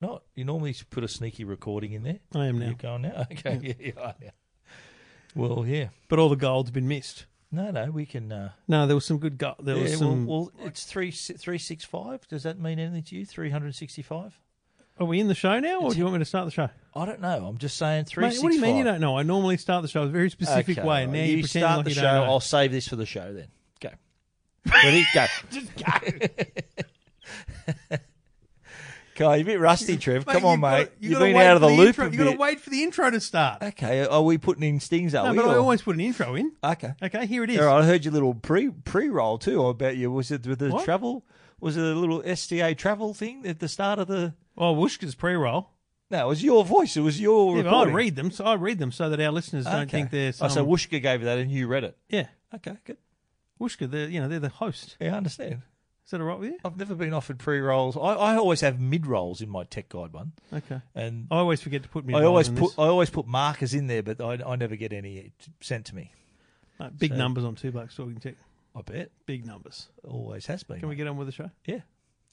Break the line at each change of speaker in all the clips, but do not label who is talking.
Not you normally should put a sneaky recording in there.
I am now.
You're going now. Okay, yeah, you are now. Well, yeah.
But all the gold's been missed.
No, no, we can. Uh,
No, there was some good gold. There
yeah,
was some.
well, well, it's three three six five. Does that mean anything to you? Three hundred sixty five.
Are we in the show now, or do you want me to start the show?
I don't know. I'm just saying three
Mate, what do you mean you don't know? I normally start the show a very specific way, and now you, pretend
start
like
the
you
show.
don't know.
I'll save this for the show then. Go. Ready? Go. just go. God, you're a bit rusty, Trev. Come on,
you
mate.
gotta-
you
gotta
have been
wait
out of
for
the, loop
Intro.
a
You got to
bit.
wait for the intro to start.
Okay, are we putting in stings? Are
No,
we?
but I
or-
always put an intro in.
Okay.
Okay, here it is.
All right, I heard your little pre pre roll too. I bet you was it with the
What?
travel? Was it a little SDA travel thing at the start of the?
Oh, Wooshka's pre-roll.
No, it was your voice. It was your
Yeah, but I
recording.
read them, so I read them so that our listeners don't
Okay.
think they're.
Oh,
Some,
so Wooshka gave you that, and you read it.
yeah,
Okay, good.
Wooshka, they're you know they're the host.
Yeah, I understand.
Is that all right with you?
I've never been offered pre rolls. I, I always have mid rolls in my tech guide one,
Okay.
and
I always forget to put me.
I always
in
put
this.
I always put markers in there, but I, I never get any sent to me.
No, big numbers on two bucks talking tech.
I bet
Big numbers.
always has been.
Can we get on with the show?
yeah,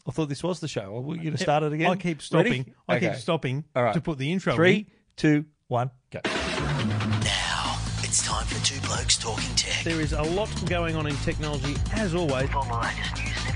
I thought this was the show. Are we going to start it again?
I keep stopping.
Ready?
I keep
Okay.
stopping
All right.
to put the intro.
Three, two, one, go.
Now it's time for two blokes talking
in.
tech.
There is a lot going on in technology, as always.
All the latest news and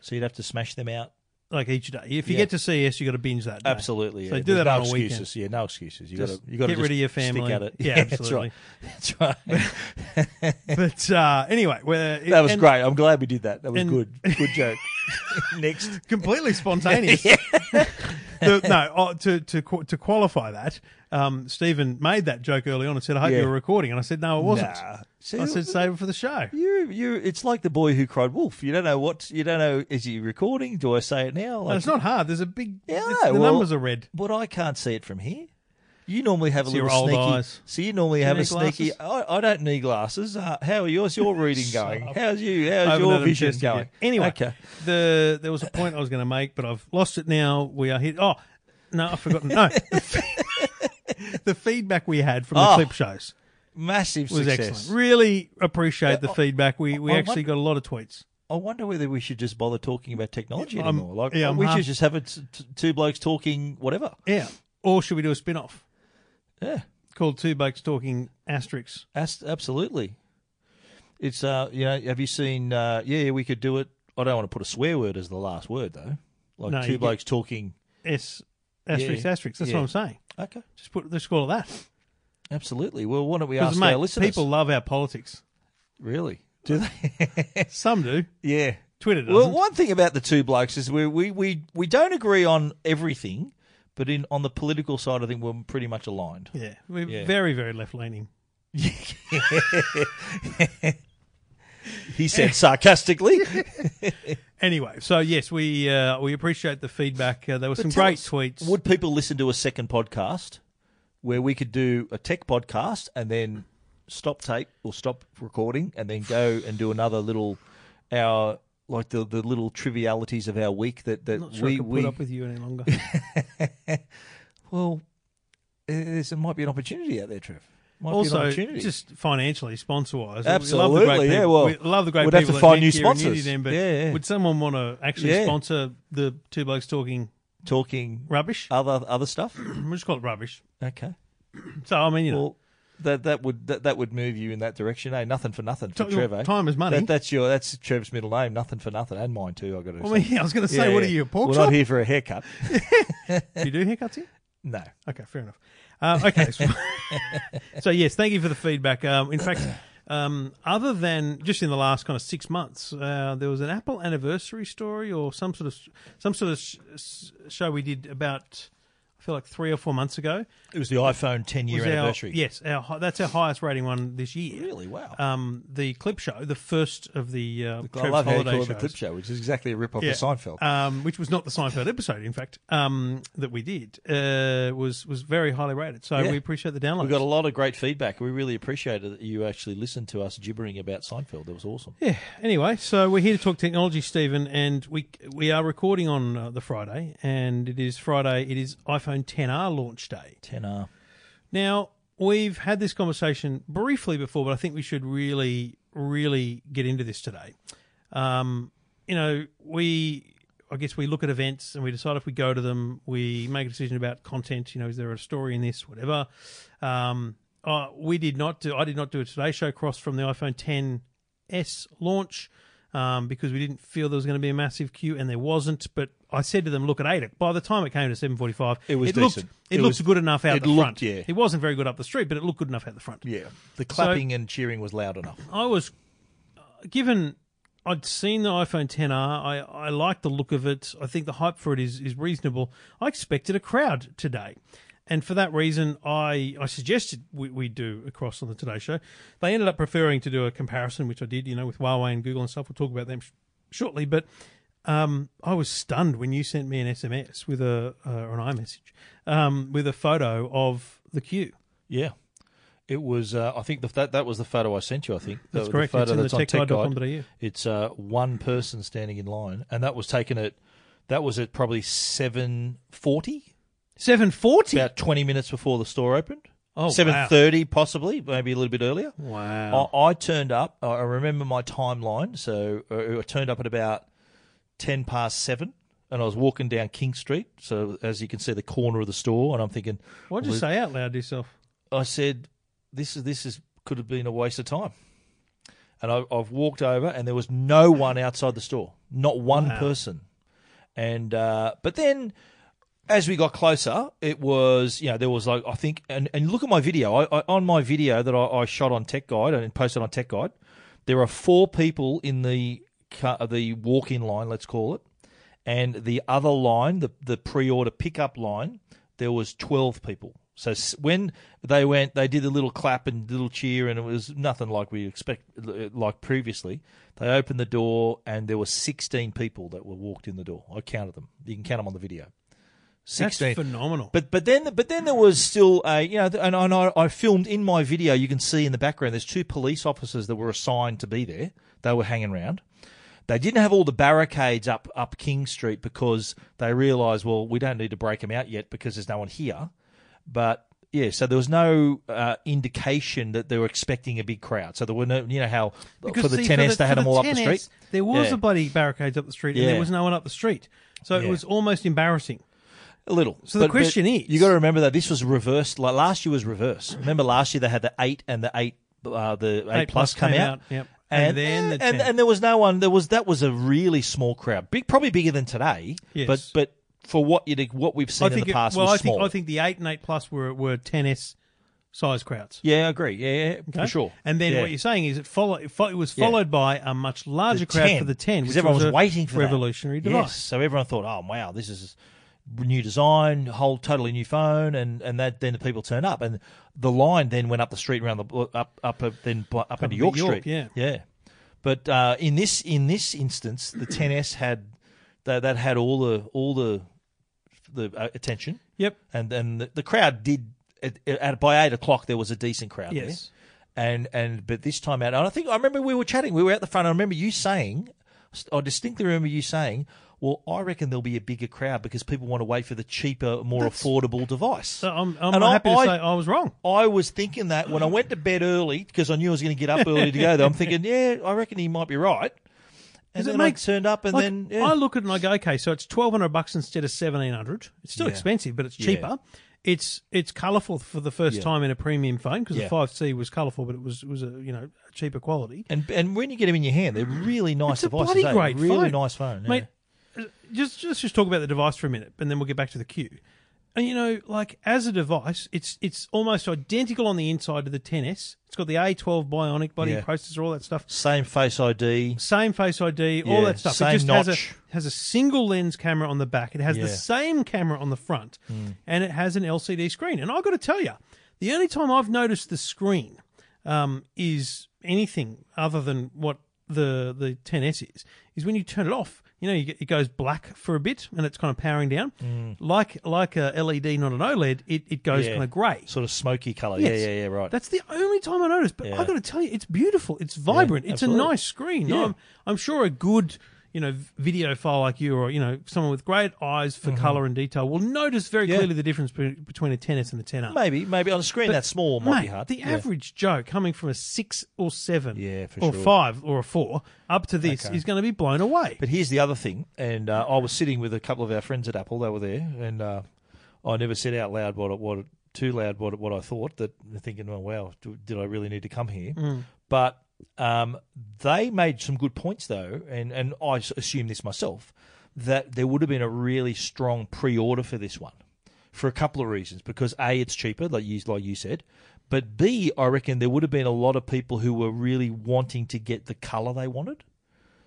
so you'd have to smash them out
like each day. If you
Yeah.
get to CES, you got to binge that. Day.
Absolutely.
So
yeah.
do that
There's
on
no
a weekend.
excuses. Yeah, no excuses. You got
Just
to you got to
get rid of your family.
Stick at it.
Yeah, absolutely.
That's right. That's right.
But uh, anyway, we're,
That was
and
great. I'm glad we did that. That was
and-
good. Good joke. Next.
Completely spontaneous. The- no, oh, to to qu- to qualify that, um, Stephen made that joke early on and said, "I hope
Yeah.
you were recording," and I said, "No, it wasn't."
Nah. See,
I said, "Save it for the show."
you you it's like the boy who cried wolf. You don't know what you don't know is he recording? Do I say it now?
And
Like,
it's not hard. There's a big.
Yeah,
it's- the
well-
numbers are red.
but I can't see it from here. You normally have a
It's your
little
old
sneaky.
eyes.
So you normally have a
need
sneaky. I, I don't need glasses. Uh, how are yours? Your reading going? How's you? How's
haven't
your
had them
vision
tested
going?
yet. Anyway,
okay.
the there was a point I was going to make, but I've lost it now. We are here. Oh no, I've forgotten. No, the, fe- the feedback we had from the
Oh,
clip shows
Massive
was
success.
excellent. Really appreciate the feedback. We we
I
actually got a lot of tweets.
I wonder whether we should just bother talking about technology
I'm-
anymore. Like,
yeah, I'm
we
half-
should just have it t- two blokes talking whatever.
Yeah, or should we do a spin off
Yeah,
called Two Blokes Talking Asterix?
as- absolutely. It's uh, you know, have you seen? Uh, yeah, we could do it. I don't want to put a swear word as the last word though. Like
No, you
two
get-
blokes talking.
S Asterix
Yeah.
Asterix. That's
Yeah.
what I'm saying.
Okay,
Just put the score of that.
absolutely. Well, why don't we
'Cause,
ask our
mate,
listeners?
people love our politics.
really do they?
Some do.
yeah.
Twitter doesn't.
Well, one thing about the two blokes is we we we, we don't agree on everything, but in on the political side, I think we're pretty much aligned.
Yeah, we're
Yeah.
very, very left leaning.
He said sarcastically.
Anyway, so yes, we uh, we appreciate the feedback. Uh, there were some
tell
great
us,
tweets.
Would people listen to a second podcast where we could do a tech podcast and then stop tape or stop recording and then go and do another little hour, like the, the little trivialities of our week that, that
Not sure
we,
I can
we
put up with you any longer.
well, there's- there might be an opportunity out there, Trev. Might be an
also,
opportunity.
just financially, sponsor wise,
Absolutely,
We love the great
yeah,
people.
well,
we love the great
we'd
people
have to
that
find new
Netgear and
sponsors.
Uniden, but
Yeah, yeah.
would someone want to actually
Yeah.
sponsor the two blokes talking
talking
rubbish?
other other stuff.
we'll just call it rubbish.
Okay.
So I mean, you know,
Well, that that would that, that would move you in that direction, eh? Nothing for nothing for
Ti-
Trev. eh?
time is money.
That, that's your that's Trev's middle name. Nothing for nothing, and mine too. I got to.
I,
say.
mean, yeah, I was going to say,
Yeah,
what
yeah.
are you a pork
We're
chop?
not here for a haircut.
Do you do haircuts here?
No.
Okay, fair enough. Uh, okay, so, so yes, thank you for the feedback. Um, in fact, um, other than just in the last kind of six months, uh, there was an Apple anniversary story or some sort of some sort of sh- sh- show we did about I feel like three or four months ago.
It was the iPhone 10 year
Was our-
anniversary.
yes, our, hi- that's our highest rating one this year.
Really? Wow.
Um, the clip show, the first of the uh,
I
Trev's
love how you
holiday
call it the
shows.
clip show, which is exactly a rip off of Seinfeld.
Um, which was not the Seinfeld episode, in fact, um, that we did, uh, was was very highly rated. So
Yeah.
we appreciate the download.
we got a lot of great feedback. We really appreciated that you actually listened to us gibbering about Seinfeld. That was awesome.
yeah. Anyway, so we're here to talk technology, Stephen, and we we are recording on uh, the Friday, and it is Friday. It is iPhone 10R launch day.
10R.
Now we've had this conversation briefly before, but I think we should really, really get into this today. Um, you know, we I guess we look at events and we decide if we go to them. We make a decision about content. You know, is there a story in this? Whatever. Um, uh, we did not do. I did not do a Today Show cross from the iPhone 10s launch. Um, because we didn't feel there was going to be a massive queue, and there wasn't. But I said to them, "Look at eight. By the time it came to seven forty-five,
It was
looked
decent.
it,
It
looked
was-
good enough out
it
the
looked,
front.
yeah.
It wasn't very good up the street, but it looked good enough out the front.
Yeah. The clapping and cheering was loud enough.
I was uh, given I'd seen the iPhone 10R. I I like the look of it. I think the hype for it is is reasonable. I expected a crowd today. And for that reason, I, I suggested we, we do a cross on the Today Show. They ended up preferring to do a comparison, which I did, you know, with Huawei and Google and stuff. We'll talk about them sh- shortly. But um, I was stunned when you sent me an SMS with a uh, or an iMessage um, with a photo of the queue.
Yeah. It was, uh, I think the, that that was the photo I sent you, I think.
That's
the,
correct.
The photo
It's in the
that's on
techguide.com.au.
It's uh, one person standing in line, and that was taken at, that was at probably 7.40
Seven forty.
about 20 minutes before the store opened.
Oh, wow.
7.30 possibly, maybe a little bit earlier.
Wow.
I, I turned up. I I remember my timeline. So uh, I turned up at about 10 past 7 and I was walking down King Street. So as you can see, the corner of the store. And I'm thinking,
What'd you
well,
say out loud to yourself?
I said, "This is this is could have been a waste of time." And I, I've walked over, and there was no one outside the store, not one person. And uh, but then as we got closer, it was you know there was like I think and, and look at my video. I, I on my video that I, I shot on Tech Guide and posted on Tech Guide, there are four people in the car, the walk-in line, let's call it, and the other line, the the pre-order pickup line, there was twelve people. So s- when they went, they did a little clap and little cheer, and it was nothing like we expect, uh, like previously. They opened the door, and there were sixteen people that were walked in the door. I counted them. You can count them on the video.
That's
Sixteen.
phenomenal.
But but then but then there was still a you know and, and I, I filmed in my video. You can see in the background there's two police officers that were assigned to be there. They were hanging around. They didn't have all the barricades up up King Street because they realised well we don't need to break them out yet because there's no one here. But yeah, so there was no uh, indication that they were expecting a big crowd. So there were no you know how for the
see,
10s they
for
had them all up the
10S,
street.
There was
Yeah.
a bloody barricades up the street, and there
Yeah.
was no one up the street. So it
Yeah.
was almost embarrassing.
A little. So
the question is-
you got to remember that this was reversed. Like last year was reverse. Remember last year they had the eight and the eight, uh, the eight,
Eight plus
come
came
out.
out, yep.
And,
And then the
and,
10.
and there was no one. There was that was a really small crowd, big, probably bigger than today.
Yes.
But but for what you what we've seen in the
it-
past,
well,
was
I think
small.
I think the eight and eight plus were were 10s size crowds.
yeah, I agree. Yeah, yeah
Okay?
for sure.
And then
Yeah.
what you're saying is it follow it, fo- it was followed by a much larger
The
crowd
10,
for the 10,
because
which
everyone
was,
was,
a
waiting for that.
revolutionary
Yes,
device.
so everyone thought, oh wow, this is new design, whole totally new phone, and and that then the people turned up, and the line then went up the street around the up up uh, then up, up into
into
York,
York,
Street.
yeah.
yeah. But uh, in this in this instance, the 10s had that that had all the all the the uh, attention
Yep.
and and the, the crowd did at, at by eight o'clock there was a decent crowd
Yes.
there, and and but this time out, and I think I remember we were chatting, we were at the front. I remember you saying, I distinctly remember you saying, "Well, I reckon there'll be a bigger crowd because people want to wait for the cheaper, more affordable device."
So I'm, I'm
And
happy to
I-
say I was wrong.
I was thinking that when I went to bed early because I knew I was going to get up early to go there. I'm thinking, yeah, I reckon he might be right. And
Does it
then
make-
I turned up, and
Like,
then yeah.
I look at it and I go, okay, so it's twelve hundred bucks instead of seventeen hundred. It's still expensive, but it's cheaper. It's it's colourful for the first time in a premium phone because the
Yeah.
five C was colourful, but it was was a you know cheaper quality.
and and when you get them in your hand, they're really nice
It's a
devices.
bloody
eh?
great
really
phone.
nice phone, yeah.
Mate, uh, just just just talk about the device for a minute, and then we'll get back to the queue. And you know, like as a device, it's it's almost identical on the inside to the 10s. It's got the A12 Bionic body
Yeah.
processor, all that stuff.
Same face ID.
same face ID, all
Yeah,
that stuff. it
same
just has
notch.
a has a single lens camera on the back. It has the
Yeah. Hmm.
same camera on the front, and it has an LCD screen. And I've got to tell you, the only time I've noticed the screen um, is anything other than what the the 10s is is when you turn it off. You know, you get, it goes black for a bit, and it's kind of powering down, like like a LED, not an OLED. It it goes
Hmm. Yeah.
kind of grey.
sort of smoky colour.
Yes.
Yeah, yeah, yeah, right.
That's the only time I noticed. But i
Yeah.
got to tell you, it's beautiful. It's vibrant. it's a
absolutely.
nice screen.
Yeah.
I'm, I'm sure a good, you know, video file like you or, you know, someone with great eyes
Mm-hmm.
for color and detail will notice very clearly the difference be- between a 10S and a 10R.
maybe, maybe on a screen that small might be
Mate,
hard.
the
Yeah.
average Joe coming from a six or seven
Yeah, for
or
sure.
five or a four up to this is going to be blown away.
But here's the other thing, and uh, I was sitting with a couple of our friends at Apple. They were there, and uh, I never said out loud what it, what it, too loud what it, what I thought. That thinking, oh wow, do, did I really need to come here?
Mm.
But um, they made some good points though, and and I s- assume this myself that there would have been a really strong pre-order for this one for a couple of reasons. Because a, it's cheaper, like you like you said. But B, I reckon there would have been a lot of people who were really wanting to get the color they wanted.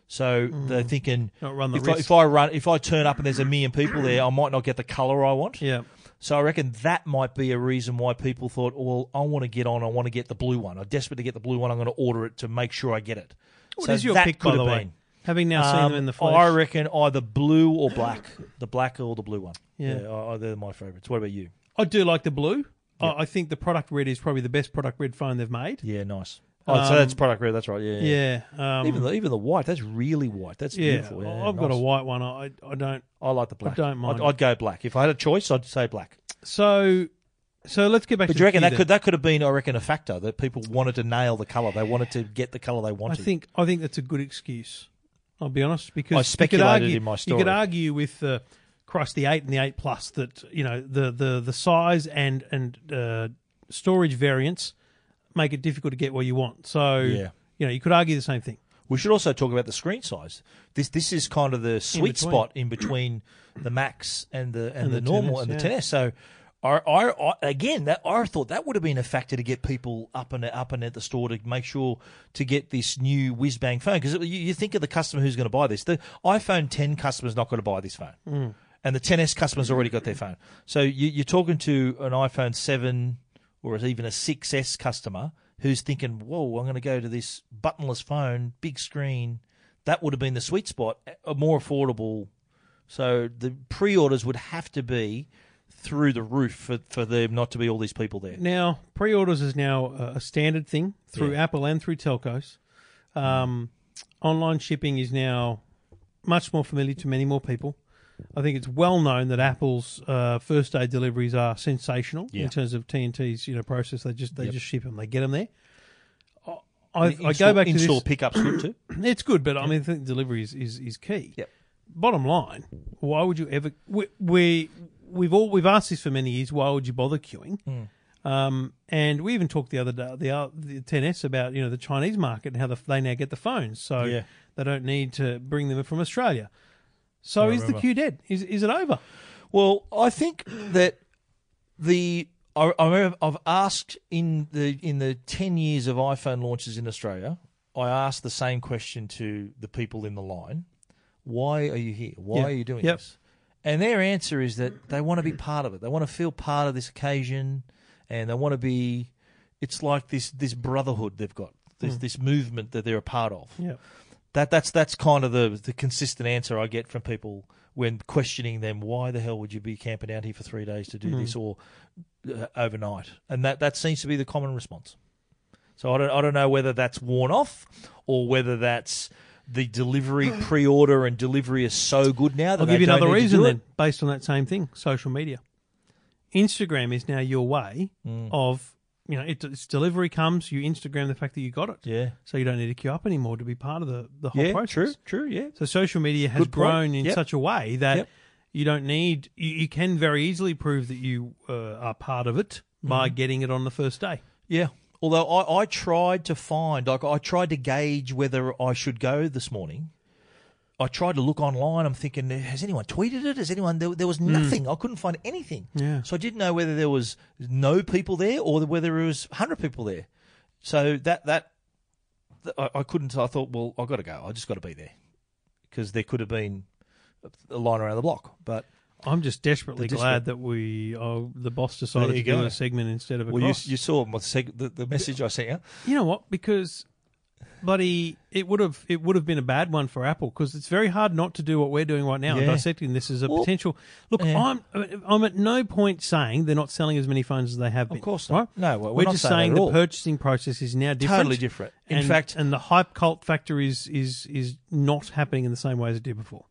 So they're thinking,
Mm. Not run the
if,
risk.
I, if I run, if I turn up and there's a million people there, I might not get the color I want.
yeah.
So I reckon that might be a reason why people thought, well, I want to get on, I want to get the blue one. I'm desperate to get the blue one. I'm going to order it to make sure I get it.
What
so
is your
that
pick,
could
by the
have
way?
been.
Having now seen
Um,
them in the
I
flesh.
reckon either blue or black, the black or the blue one.
Yeah.
I I- they're my favorites. What about you?
I do like the blue. I I think the product red is probably the best product red phone they've made.
Yeah, nice. Oh, so that's product red. That's right. Yeah, yeah.
Um, Yeah. Um,
Even the even the white. That's really white. That's
yeah,
beautiful. Yeah,
I've got a
nice.
white one. I I don't.
I like the black.
don't mind.
I'd, I'd go black if I had a choice. I'd say black.
So, so let's get back.
But
to
do you reckon
the
that
queue
could
then.
that could have been, I reckon, a factor that people wanted to nail the color. They wanted to get the color they
I
wanted.
think I think that's a good excuse. I'll be honest because
I
you could
speculated
argue-
in my
You
story.
could argue with uh, Christ the eight and the eight plus that you know the the the size and and uh, storage variants make it difficult to get what you want. So
Yeah.
you know you could argue the same thing.
We should also talk about the screen size. This this is kind of the sweet
between.
spot in between the max and the and,
And
the,
the
normal
10S,
and the
yeah.
10s. So. I, I, I, again, that I thought that would have been a factor to get people up and up and at the store to make sure to get this new whiz bang phone because you, you think of the customer who's going to buy this. The iPhone 10 customer's not going to buy this phone, and the 10s customer's already got their phone. So you, you're talking to an iPhone 7 or even a 6S customer who's thinking, whoa, I'm going to go to this buttonless phone, big screen. That would have been the sweet spot, a more affordable. So the pre orders would have to be through the roof for, for there not to be all these people there.
Now, pre-orders is now a a standard thing through Apple and through telcos. Um, online shipping is now much more familiar to many more people. I think it's well known that Apple's uh, first day deliveries are sensational
Yeah.
in terms of TNT's you know process. They just they just ship them, they get them there. I,
And
I
in-store-
go back to
in-store
this.
pickups good too.
It's good, but I mean, I think delivery is, is, is key.
Yep.
Bottom line, why would you ever? We, we we've all we've asked this for many years. Why would you bother queuing?
Hmm.
Um, and we even talked the other day, the, uh, the 10s about you know the Chinese market and how the, they now get the phones, so
Yeah.
they don't need to bring them from Australia. So
I
is the
remember.
queue dead? Is is it over?
Well, I think that the I, I remember I've asked in the in the ten years of iPhone launches in Australia, I asked the same question to the people in the line: Why are you here? Why
Yeah.
are you doing
Yep.
this? And their answer is that they want to be part of it. They want to feel part of this occasion, and they want to be. It's like this this brotherhood they've got, this
Hmm.
this movement that they're a part of.
Yeah.
That that's that's kind of the the consistent answer I get from people when questioning them why the hell would you be camping out here for three days to do this
Hmm.
or uh, overnight, and that that seems to be the common response. So I don't I don't know whether that's worn off or whether that's the delivery pre-order and delivery is so good now that
I'll
they
give you
don't
another
need to do
reason
it.
then, based on that same thing: social media. Instagram is now your way
Mm.
of you know it, it's delivery comes, you Instagram the fact that you got it.
Yeah.
So you don't need to queue up anymore to be part of the, the whole
Yeah,
process.
true, true, yeah.
So social media has
Good point.
grown in
Yep.
such a way that
Yep.
you don't need you, you can very easily prove that you uh, are part of it
Mm-hmm.
by getting it on the first day.
Yeah. Although I, I tried to find, like, I tried to gauge whether I should go this morning. I tried to look online. I'm thinking, has anyone tweeted it? Has anyone? There, there was nothing. I couldn't find anything.
Hmm. Yeah.
So I didn't know whether there was no people there or whether there was hundred people there. So that that th- I, I couldn't. I thought, well, I've got to go. I just got to be there because there could have been a line around the block. But
I'm just desperately
They're
glad that we oh, the boss decided
There
to
you
do
go.
a segment instead of a
well, you,
cross.
you saw my seg- the, the message I sent you.
You know what? Because bloody, it would have it would have been a bad one for Apple because it's very hard not to do what we're doing right now and
Yeah.
dissecting this as a
Well,
potential. Look,
yeah.
I'm I'm at no point saying they're not selling as many phones as they have been.
course
right?
not. No, we're
we're,
not
just
saying that
saying
at
the
all.
purchasing process is now different.
Totally different. In
And-
fact-
and the hype cult factor is is is not happening in the same way as it did before.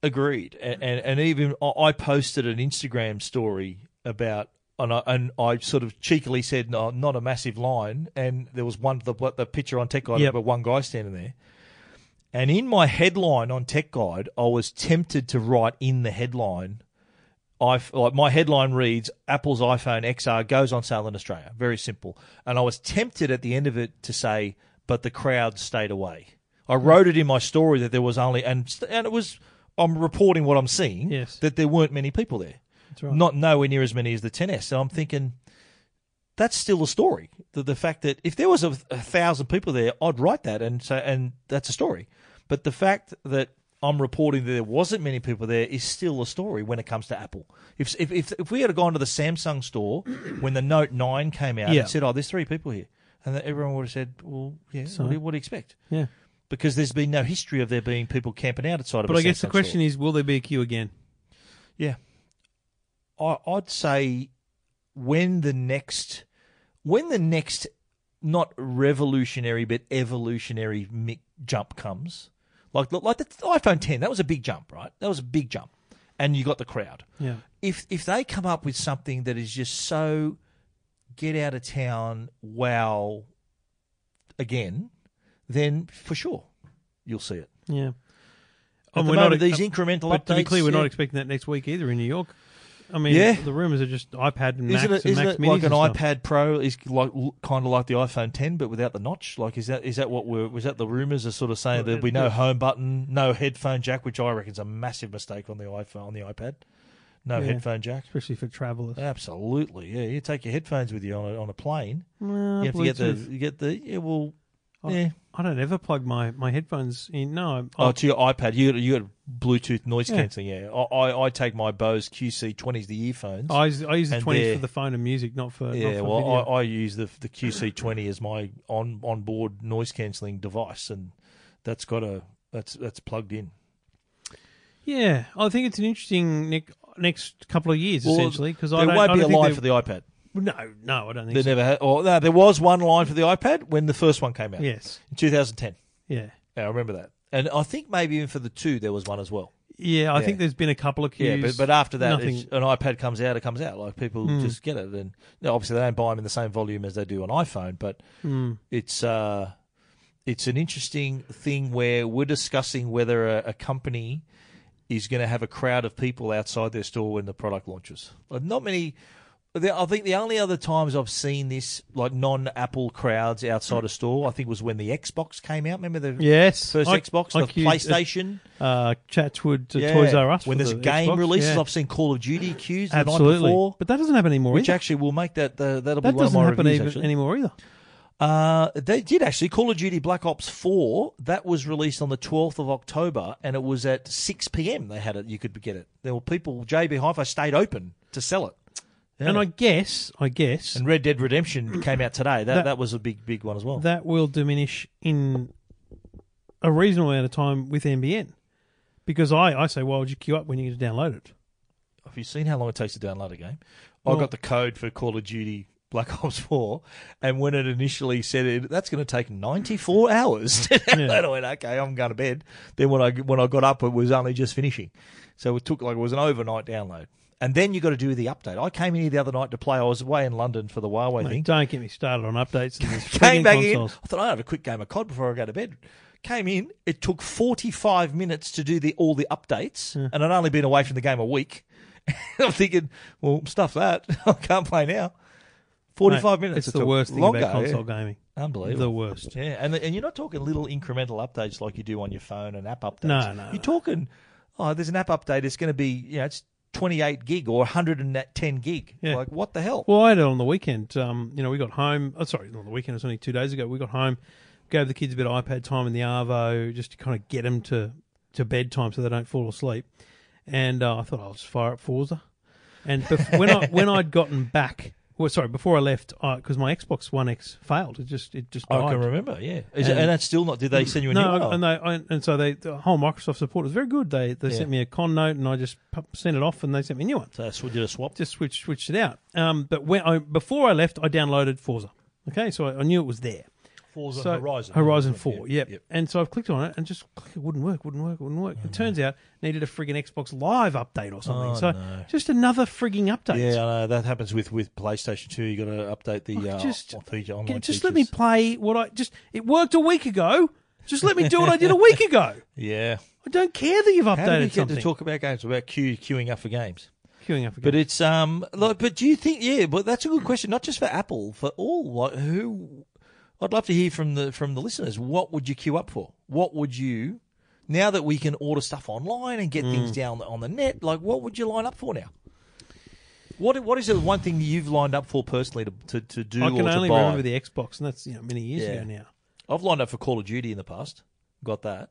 Agreed, and and, and even I I posted an Instagram story about. And I, and I sort of cheekily said, no, not a massive line. And there was one, the, the picture on Tech Guide,
Yep.
but one guy standing there. And in my headline on Tech Guide, I was tempted to write in the headline, I like my headline reads Apple's iPhone XR goes on sale in Australia. Very simple. And I was tempted at the end of it to say, but the crowd stayed away. I wrote it in my story that there was only and and it was I'm reporting what I'm seeing.
Yes.
that there weren't many people there. That's
right.
Not nowhere near as many as the 10s. So I'm thinking that's still a story. The, the fact that if there was a, a thousand people there, I'd write that and say, and that's a story. But the fact that I'm reporting that there wasn't many people there is still a story when it comes to Apple. If if if, if we had gone to the Samsung store when the Note Nine came out
Yeah.
and said, "Oh, there's three people here," and then everyone would have said, "Well, yeah, what, do you, what do you expect?"
Yeah.
Because there's been no history of there being people camping out outside of.
But
I
I guess the question is, will there be a queue again?
yeah. I, I'd say when the next, when the next, not revolutionary but evolutionary mi- jump comes, like like the iPhone 10, that was a big jump, right? That was a big jump, and you got the crowd.
Yeah.
If if they come up with something that is just so get out of town, wow, again, then for sure you'll see it.
Yeah.
At
And
the
we're
moment,
not
these incremental
But
updates.
to be clear, we're
yeah.
not expecting that next week either in New York. I mean,
Yeah.
the rumors are just iPad and Macs
Isn't it,
and
isn't
Macs
it like
Minis
an
and stuff.
iPad Pro is like kind of like the iPhone 10 but without the notch? Like is that is that what we're was that the rumors are sort of saying there'll be no home button, no headphone jack, which I reckon's a massive mistake on the iPhone on the iPad. No
Yeah.
headphone jack.
especially for travelers.
Absolutely, yeah. You take your headphones with you on a, on a plane.
Nah,
Uh, you have to get the
Uh, Bluetooth.
you get the yeah well
Oh,
yeah.
I don't ever plug my, my headphones in. No, I'm-
Oh, to your iPad, you got, you got Bluetooth noise
Yeah.
cancelling. Yeah, I, I I take my Bose QC twenties the earphones.
I use, I use the
And
twenties
they're-
for the phone and music, not for not
yeah,
for
well,
video.
I, I use the the QC twenty as my on onboard noise cancelling device, and that's got a that's that's plugged in.
yeah, I think it's an interesting nec- next couple of years
Well,
essentially because
there
I don't,
won't
I
be
don't
a
think
line
they-
for the iPad.
no, no, I don't
There
think so.
never had. Or no, there was one line for the iPad when the first one came out.
Yes,
in two thousand ten.
yeah,
Yeah, I remember that, and I think maybe even for the two there was one as well.
yeah. I
Yeah.
think there's been a couple of
Yeah,
cues.
but, uh, but after that,
nothing. Hmm.
if an iPad comes out, it comes out. Like people just get it, and no, obviously they don't buy them in the same volume as they do on iPhone. But
Hmm.
it's uh, it's an interesting thing where we're discussing whether a, a company is going to have a crowd of people outside their store when the product launches. Like not many. the- I think the only other times I've seen this, like non-Apple crowds
Hmm.
outside a store, I think was when the Xbox came out. Remember the
yes,
first
I-
Xbox,
I
the
queued at,
PlayStation.
uh, Chatswood to Toys R Us
When
for
there's a
the
game
Xbox,
releases,
yeah.
I've seen Call of Duty queues the night
absolutely.
before,
but that doesn't happen anymore.
which
either.
actually will make that uh, that'll be
that
one of
doesn't
my
happen
reviews.
even
actually.
anymore either.
Uh, they did actually Call of Duty Black Ops Four. That was released on the 12th of October, and it was at 6 p.m. They had it. You could get it. There were people. JB Hi-Fi stayed open to sell it. Yeah.
And I guess, I guess
And Red Dead Redemption came out today. That, that
That-
was a big big one as well.
that will diminish in a reasonable amount of time with NBN. Because I, I say, why would you queue up when you're going to download it?
Have you seen how long it takes to download a game? I
Well-
got the code for Call of Duty Black Ops 4, and when it initially said it, that's going to take 94 hours to download, I went, okay, I'm going to bed. Then when I, when I got up, it was only just finishing. So it took like, it was an overnight download. And then you got to do the update. I came in here the other night to play. I was away in London for the Huawei
Mate,
thing.
don't get me started on updates. And these
Came
frigging
back
consoles.
in. I thought I had a quick game of COD before I go to bed. Came in. It took 45 minutes to do the all the updates, and I'd only been away from the game a week. I'm thinking, well, stuff that. I can't play now. 45
Mate,
minutes.
It's
it
the
took.
worst thing
Longer,
about
yeah.
console gaming.
Unbelievable.
The worst.
Yeah, and and you're not talking little incremental updates like you do on your phone and app updates.
No, no, no.
You're talking, oh, there's an app update. It's going to be, you know, it's 28 gig or 110 gig.
Yeah.
Like, what the hell?
Well, I had it on the weekend. Um, you know, we got home. Oh, sorry, not on the weekend. It was only two days ago. We got home, gave the kids a bit of iPad time in the arvo, just to kind of get them to to bedtime so they don't fall asleep. And uh, I thought I'll just fire up Forza. And bef- when I when I'd gotten back, well, sorry, before I left, because my Xbox One X failed. It just it just died.
Oh, I can remember, yeah. Is it-
And-
and that's still not, did they send you a new one?
No,
or-
and they I, and so they the whole Microsoft support was very good. They they
Yeah.
sent me a con note and I just pu- sent it off and they sent me a new one.
uh, So that's what did a swap.
just switched switched it out. Um, but when I before I left, I downloaded Forza. Okay, so I, I knew it was there.
Forza
So
Horizon.
Horizon Four. Yep. And so I've clicked on it and just click, it wouldn't work, wouldn't work, wouldn't work. it turns out needed a frigging Xbox Live update or something.
Mm-hmm. Oh,
so
no.
just another frigging update.
Yeah, I know. That happens with, with PlayStation 2. you got to update the uh,
Oh, just-
on feature, online
Can- just
features.
let me play what I just. It worked a week ago. Just let me do what I did a week ago.
Yeah.
I don't care that you've updated
How do we get
something.
to talk about games? About queue, queuing up for games.
Queuing up again.
But it's um like but do you think yeah, but that's a good question, not just for Apple, for all like who I'd love to hear from the from the listeners. What would you queue up for? What would you now that we can order stuff online and get
Mm.
things down on the net, like what would you line up for now? What what is the one thing you've lined up for personally to to, to do
I
or
can
to
only
buy?
remember the Xbox, and that's you know many years
Yeah.
ago now.
I've lined up for Call of Duty in the past. Got that.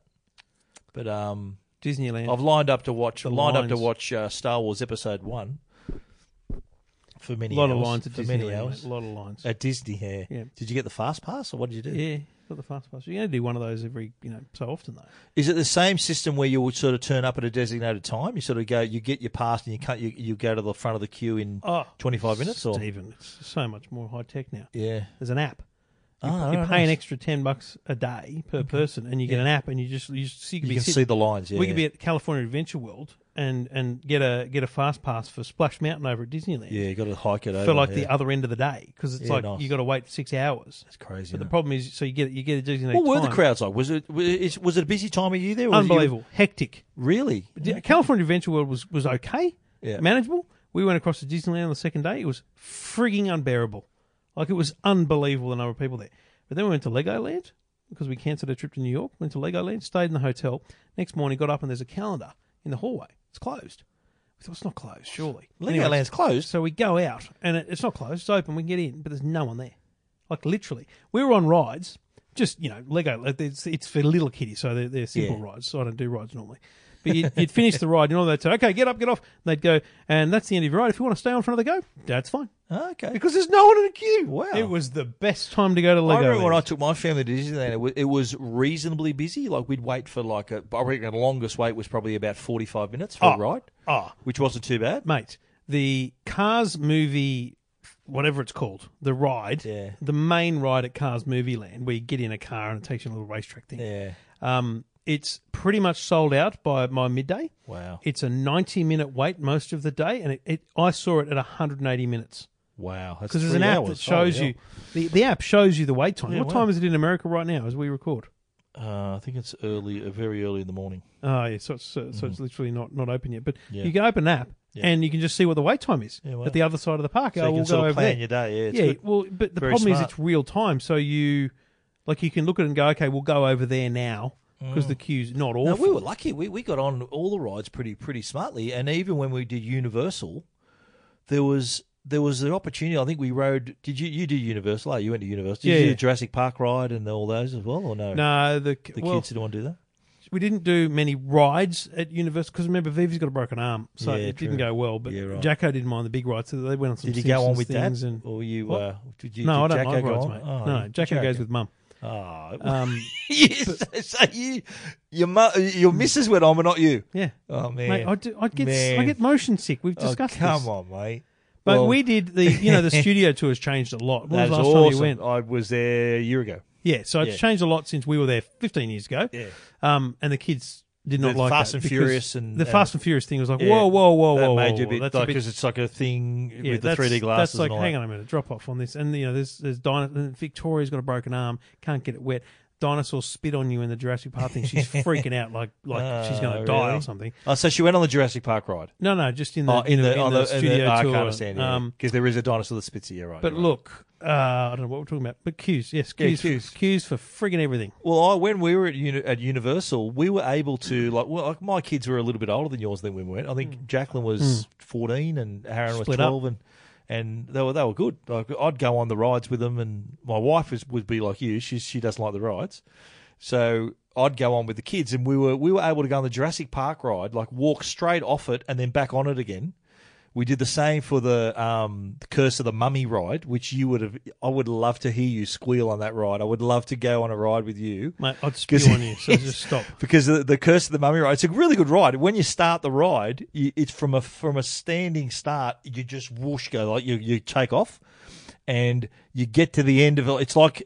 But um
Disneyland.
I've lined up to watch. lined up to
lines.
watch uh, Star Wars Episode One for many
a lot
hours.
of lines at
for many
Disneyland. mate,
hours
A lot of lines.
at Disney. Yeah.
Yeah.
Did you get the fast pass or what did you do?
Yeah, got the fast pass. You're going to do one of those every, you know, so often though.
Is it the same system where you would sort of turn up at a designated time? You sort of go, you get your pass, and you cut. You, you go to the front of the queue in
Oh,
twenty five minutes or
Stephen, it's so much more high tech now.
yeah.
There's an app. You,
Oh,
you
alright,
pay an
nice.
extra ten bucks a day per person, and you get an app, and you just you, just, you, could
You
be
can
sit-
see the lines. Yeah.
we could be at California Adventure World and and get a get a fast pass for Splash Mountain over at Disneyland
yeah. You got to hike it over.
for like
yeah.
the other end of the day because it's
Yeah,
like
nice.
you got to wait six hours.
It's crazy.
But the
isn't it?
problem is, so you get you get a Disneyland.
What were the
time.
crowds like? Was it was it- was it a busy time of year there? or was it-
Unbelievable, hectic.
Really?
Yeah, California Adventure World was was okay,
Yeah.
manageable. We went across to Disneyland on the second day. It was frigging unbearable. Like it was unbelievable the number of people there. But then we went to Legoland because we cancelled our trip to New York. Went to Legoland, stayed in the hotel. Next morning, got up and there's a calendar in the hallway. It's closed. We thought it's not closed, surely. Anyway,
Legoland's closed.
so we go out, and it, it's not closed. It's open. We can get in, but there's no one there. Like literally, we were on rides. Just you know, Lego. like, It's, it's for little kiddies, so they're, they're simple
Yeah.
rides. So I don't do rides normally. But you'd, you'd finish the ride, and all they'd say, "Okay, get up, get off." And they'd go, and that's the end of your ride. If you want to stay on for another go, that's fine,
okay.
because there's no one in the queue.
Wow.
it was the best time to go to
Oh. I
Lego.
remember when I took my family to Disneyland, it was, it was reasonably busy. Like we'd wait for like a, I reckon the longest wait was probably about forty five minutes for a ride,
ah,
which wasn't too bad.
mate, the Cars movie, whatever it's called, the ride,
Yeah.
the main ride at Cars Movie Land, where you get in a car and it takes you on a little racetrack thing.
Yeah,
Um, it's pretty much sold out by my midday.
wow,
It's a 90 minute wait most of the day, and it, it I saw it at 180 minutes
wow.
because there's an app that shows you the, the app shows you the wait time.
Oh, Yeah,
what
wow.
time is it in America right now as we record?
Uh, I think it's early, uh, very early in the morning.
Oh yeah, so it's so, so it's literally not, not open yet. But
Mm-hmm. Yeah.
you can open an app and you can just see what the wait time is
Yeah, wow.
at the other side of the park.
So
oh,
you
we'll
can sort
go
of
over
plan
there.
your day. Yeah, it's
yeah,
good.
well, but the
Very
problem is
smart.
it's real time, so you like you can look at it and go, okay, we'll go over there now because the queue's not awful.
Mm. No, we were lucky. We we got on all the rides pretty pretty smartly, and even when we did Universal, there was there was an opportunity. I think we rode. Did you you did Universal? Oh, you went to Universal. Did
Yeah,
you do
yeah.
the Jurassic Park ride and all those as well, or no?
no, the,
the
well,
kids didn't want to do that.
we didn't do many rides at Universal because remember Vivi's got a broken arm, so
Yeah,
it didn't
true.
go well. But
Yeah, right.
Jacko didn't mind the big rides, so they went on some.
Did you go on
Simpsons
with
things
that,
And,
or you?
What?
Uh, did you?
no, I
did
don't like
Jacko
rides,
go
mate.
on? Oh,
no, Jacko goes
Jacko.
with Mum.
Oh,
Um,
yes. so you, your mu- your missus went on, but not you.
yeah,
Oh man,
mate, I, do, I get s I
Man.
get motion sick. We've
Oh,
discussed
come
this.
on, mate.
But
Well,
we did the you know the studio tour has changed a lot. When was
that
the
was
last time
awesome.
you went?
I was there a year ago.
Yeah, so it's
Yeah.
changed a lot since we were there 15 years ago.
Yeah.
Um, and the kids did not
The
like
Fast
that
and
because
Furious and-
the
and-
Fast and Furious thing was like
Yeah.
whoa whoa whoa
that
whoa
made
whoa,
you a
whoa,
bit
that's
like because it's like a thing
yeah,
with the
that's-
three D glasses.
That's like
and all
hang
that.
on a minute, drop off on this, and you know there's there's dino- Victoria's got a broken arm, can't get it wet. Dinosaurs spit on you in the Jurassic Park thing. She's freaking out like like she's going to
Oh,
die or
really?
something.
Oh, so she went on the Jurassic Park ride.
No, no, just in the
Oh, in the,
in
on the,
the
in
studio
the, I
tour.
can't understand. Yeah,
Um,
because there is a dinosaur that spits at you, right?
But
you're right.
look, uh, I don't know what we're talking about. But cues, yes, cues,
cues.
cues for frigging everything.
well, I, when we were at, uni, at Universal, we were able to like. Well, like my kids were a little bit older than yours. Then we went. I think Jacqueline was fourteen and Aaron was
Hmm. Split up.
twelve, and and they were they were good. Like I'd go on the rides with them, and my wife is, would be like you. She she doesn't like the rides, so. I'd go on with the kids, and we were we were able to go on the Jurassic Park ride, like walk straight off it and then back on it again. We did the same for the um, the Curse of the Mummy ride, which you would have. I would love to hear you squeal on that ride. I would love to go on a ride with you.
Mate, I'd spew
'Cause-
on you, so just stop.
Because the, the Curse of the Mummy ride, it's a really good ride. When you start the ride, you, it's from a from a standing start. You just whoosh go like you you take off, and you get to the end of it. It's like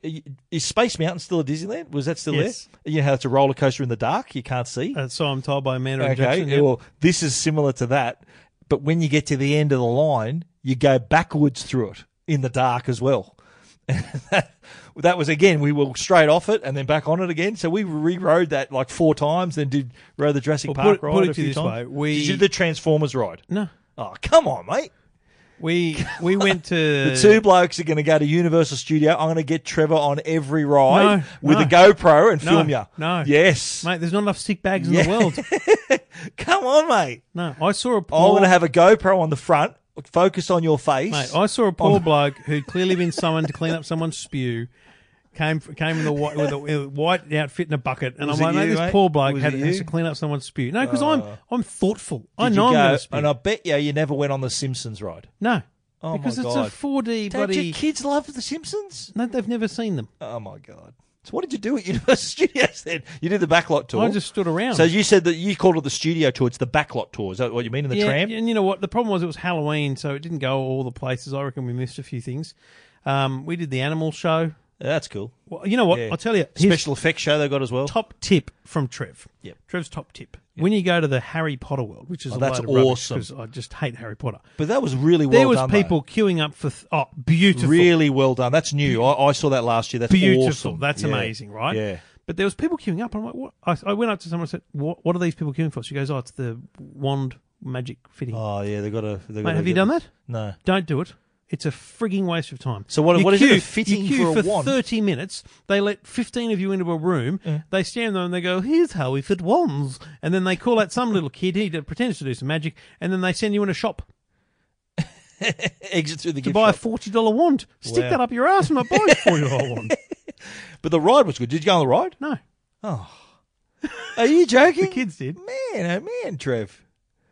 is Space Mountain still at Disneyland? Was that still
Yes.
there? You know how it's a roller coaster in the dark. You can't see.
Uh, so I'm told by Amanda and
Okay,
Jackson. yep.
well, this is similar to that, but when you get to the end of the line, you go backwards through it in the dark as well. that was again, we were straight off it and then back on it again. So we re-rode that like four times, then did rode the Jurassic
Well,
Park
put it-
ride
put
a
it to
few
this
times.
way, we-
Did you do the Transformers ride?
No,
Oh, come on, mate.
we we went to
The two blokes are going to go to Universal Studio. I'm going to get Trevor on every ride
No,
with
no.
a GoPro and
No,
film you.
no.
Yes.
mate. There's not enough sick bags in the
Yeah.
world.
Come on, mate.
No, I saw a
I'm
poor
going to have a GoPro on the front. Focus on your face.
mate. I saw a poor bloke who'd clearly been summoned to clean up someone's spew. Came came in the white, with a, with a white outfit and a bucket, and
Was
I'm
it
like, mate,
you,
this
mate?
poor bloke
Was
had
it
has
you? Oh.
to clean up someone's spew. No, because I'm I'm thoughtful. I
Did
know I'm
you
going
go-
to spew.
and I bet you you never went on the Simpsons ride.
no,
Oh my
because it's a
God.
4D
Don't
bloody.
your kids love the Simpsons?
No, they've never seen them.
Oh my god! So what did you do at Universal Studios then? You did the backlot tour.
I just stood around.
Oh. So you said that you called it the studio tour. It's the backlot tour. Is that what you mean in the
yeah,
tram?
And you know what? The problem was it was Halloween, so it didn't go all the places. I reckon we missed a few things. Um, we did the animal show.
That's cool.
Well, you know what?
Yeah.
I'll tell you. Here's
Special effects show they got as well.
top tip from Trev.
Yep.
Trev's top tip. When you go to the Harry Potter world, which is
Oh,
a
that's
load of rubbish
awesome.
'cause I just hate Harry Potter.
But that was really well
There was
done. though.
people queuing up for th- oh beautiful,
really well done. That's new. I, I saw that last year. That's
beautiful.
awesome.
That's
Yeah.
amazing, right?
Yeah.
But there was people queuing up. I'm like, what? I, I went up to someone and said, what, what are these people queuing for? She goes, oh, it's the wand magic fitting.
Oh yeah, they got a. They
Mate, have you done that?
No.
Don't do it. It's a frigging waste of time.
So what-
You
what is it, a
queue-
fitting
you queue
for a
for
wand?
thirty minutes. They let fifteen of you into a room. They stand there and they go, "Here's how we fit wands," and then they call out some little kid. He pretends to do some magic, and then they send you in a shop
Exit through the
to
gift
buy a
shop.
forty dollar wand. Stick
Wow.
that up your ass and not buy a forty dollar wand.
But the ride was good. Did you go on the ride?
No,
Are you joking?
the kids did.
Man, oh man, Trev.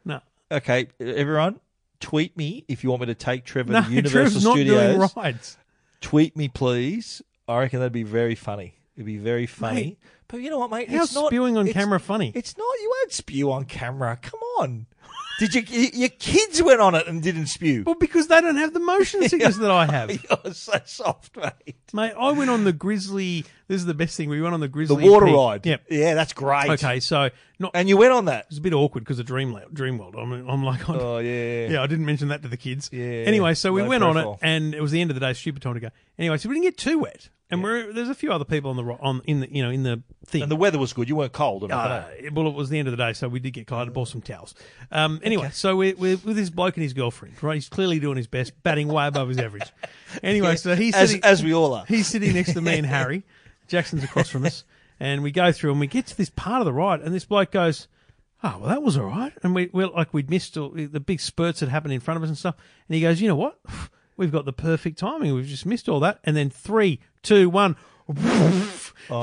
No,
Okay, e-, everyone, tweet me if you want me to take Trevor
no,
to Universal
Trev's not
Studios.
doing rides.
Tweet me, please. I reckon that'd be very funny. It'd be very funny.
Mate.
but you know what, mate?
How's
it's not,
spewing on
it's-
camera funny?
It's not. You won't spew on camera. Come on. Did you? y- Your kids went on it and didn't spew.
Well, because they don't have the motion sickness that I have.
You're so soft, mate.
Mate, I went on the Grizzly. This is the best thing. We went on the
The
Grizzly.
water
Peak.
ride.
Yep.
Yeah, that's great.
Okay, so not
And you went on that.
It's a bit awkward because of Dream Dream World. I'm, I'm like, on,
Oh yeah.
yeah, I didn't mention that to the kids.
Yeah.
Anyway, so we
Low
went on
profile.
it, and it was the end of the day. Stupid time to go. Anyway, so we didn't get too wet, and we're, there's a few other people on the ro- on in the you know in the thing.
And the weather was good. You weren't cold enough.
Uh, well, it was the end of the day, so we did get collided. Bought some towels. Um, anyway, so we're, we're with this bloke and his girlfriend, right? He's clearly doing his best, batting way above his average. Anyway, so he's
as,
sitting,
as we all are.
He's sitting next to me and Harry. Jackson's across from us. And we go through and we get to this part of the ride, and this bloke goes, Oh, well, that was all right. And we, we're like, we'd missed all the big spurts that happened in front of us and stuff. And he goes, You know what? We've got the perfect timing. We've just missed all that. And then three, two, one,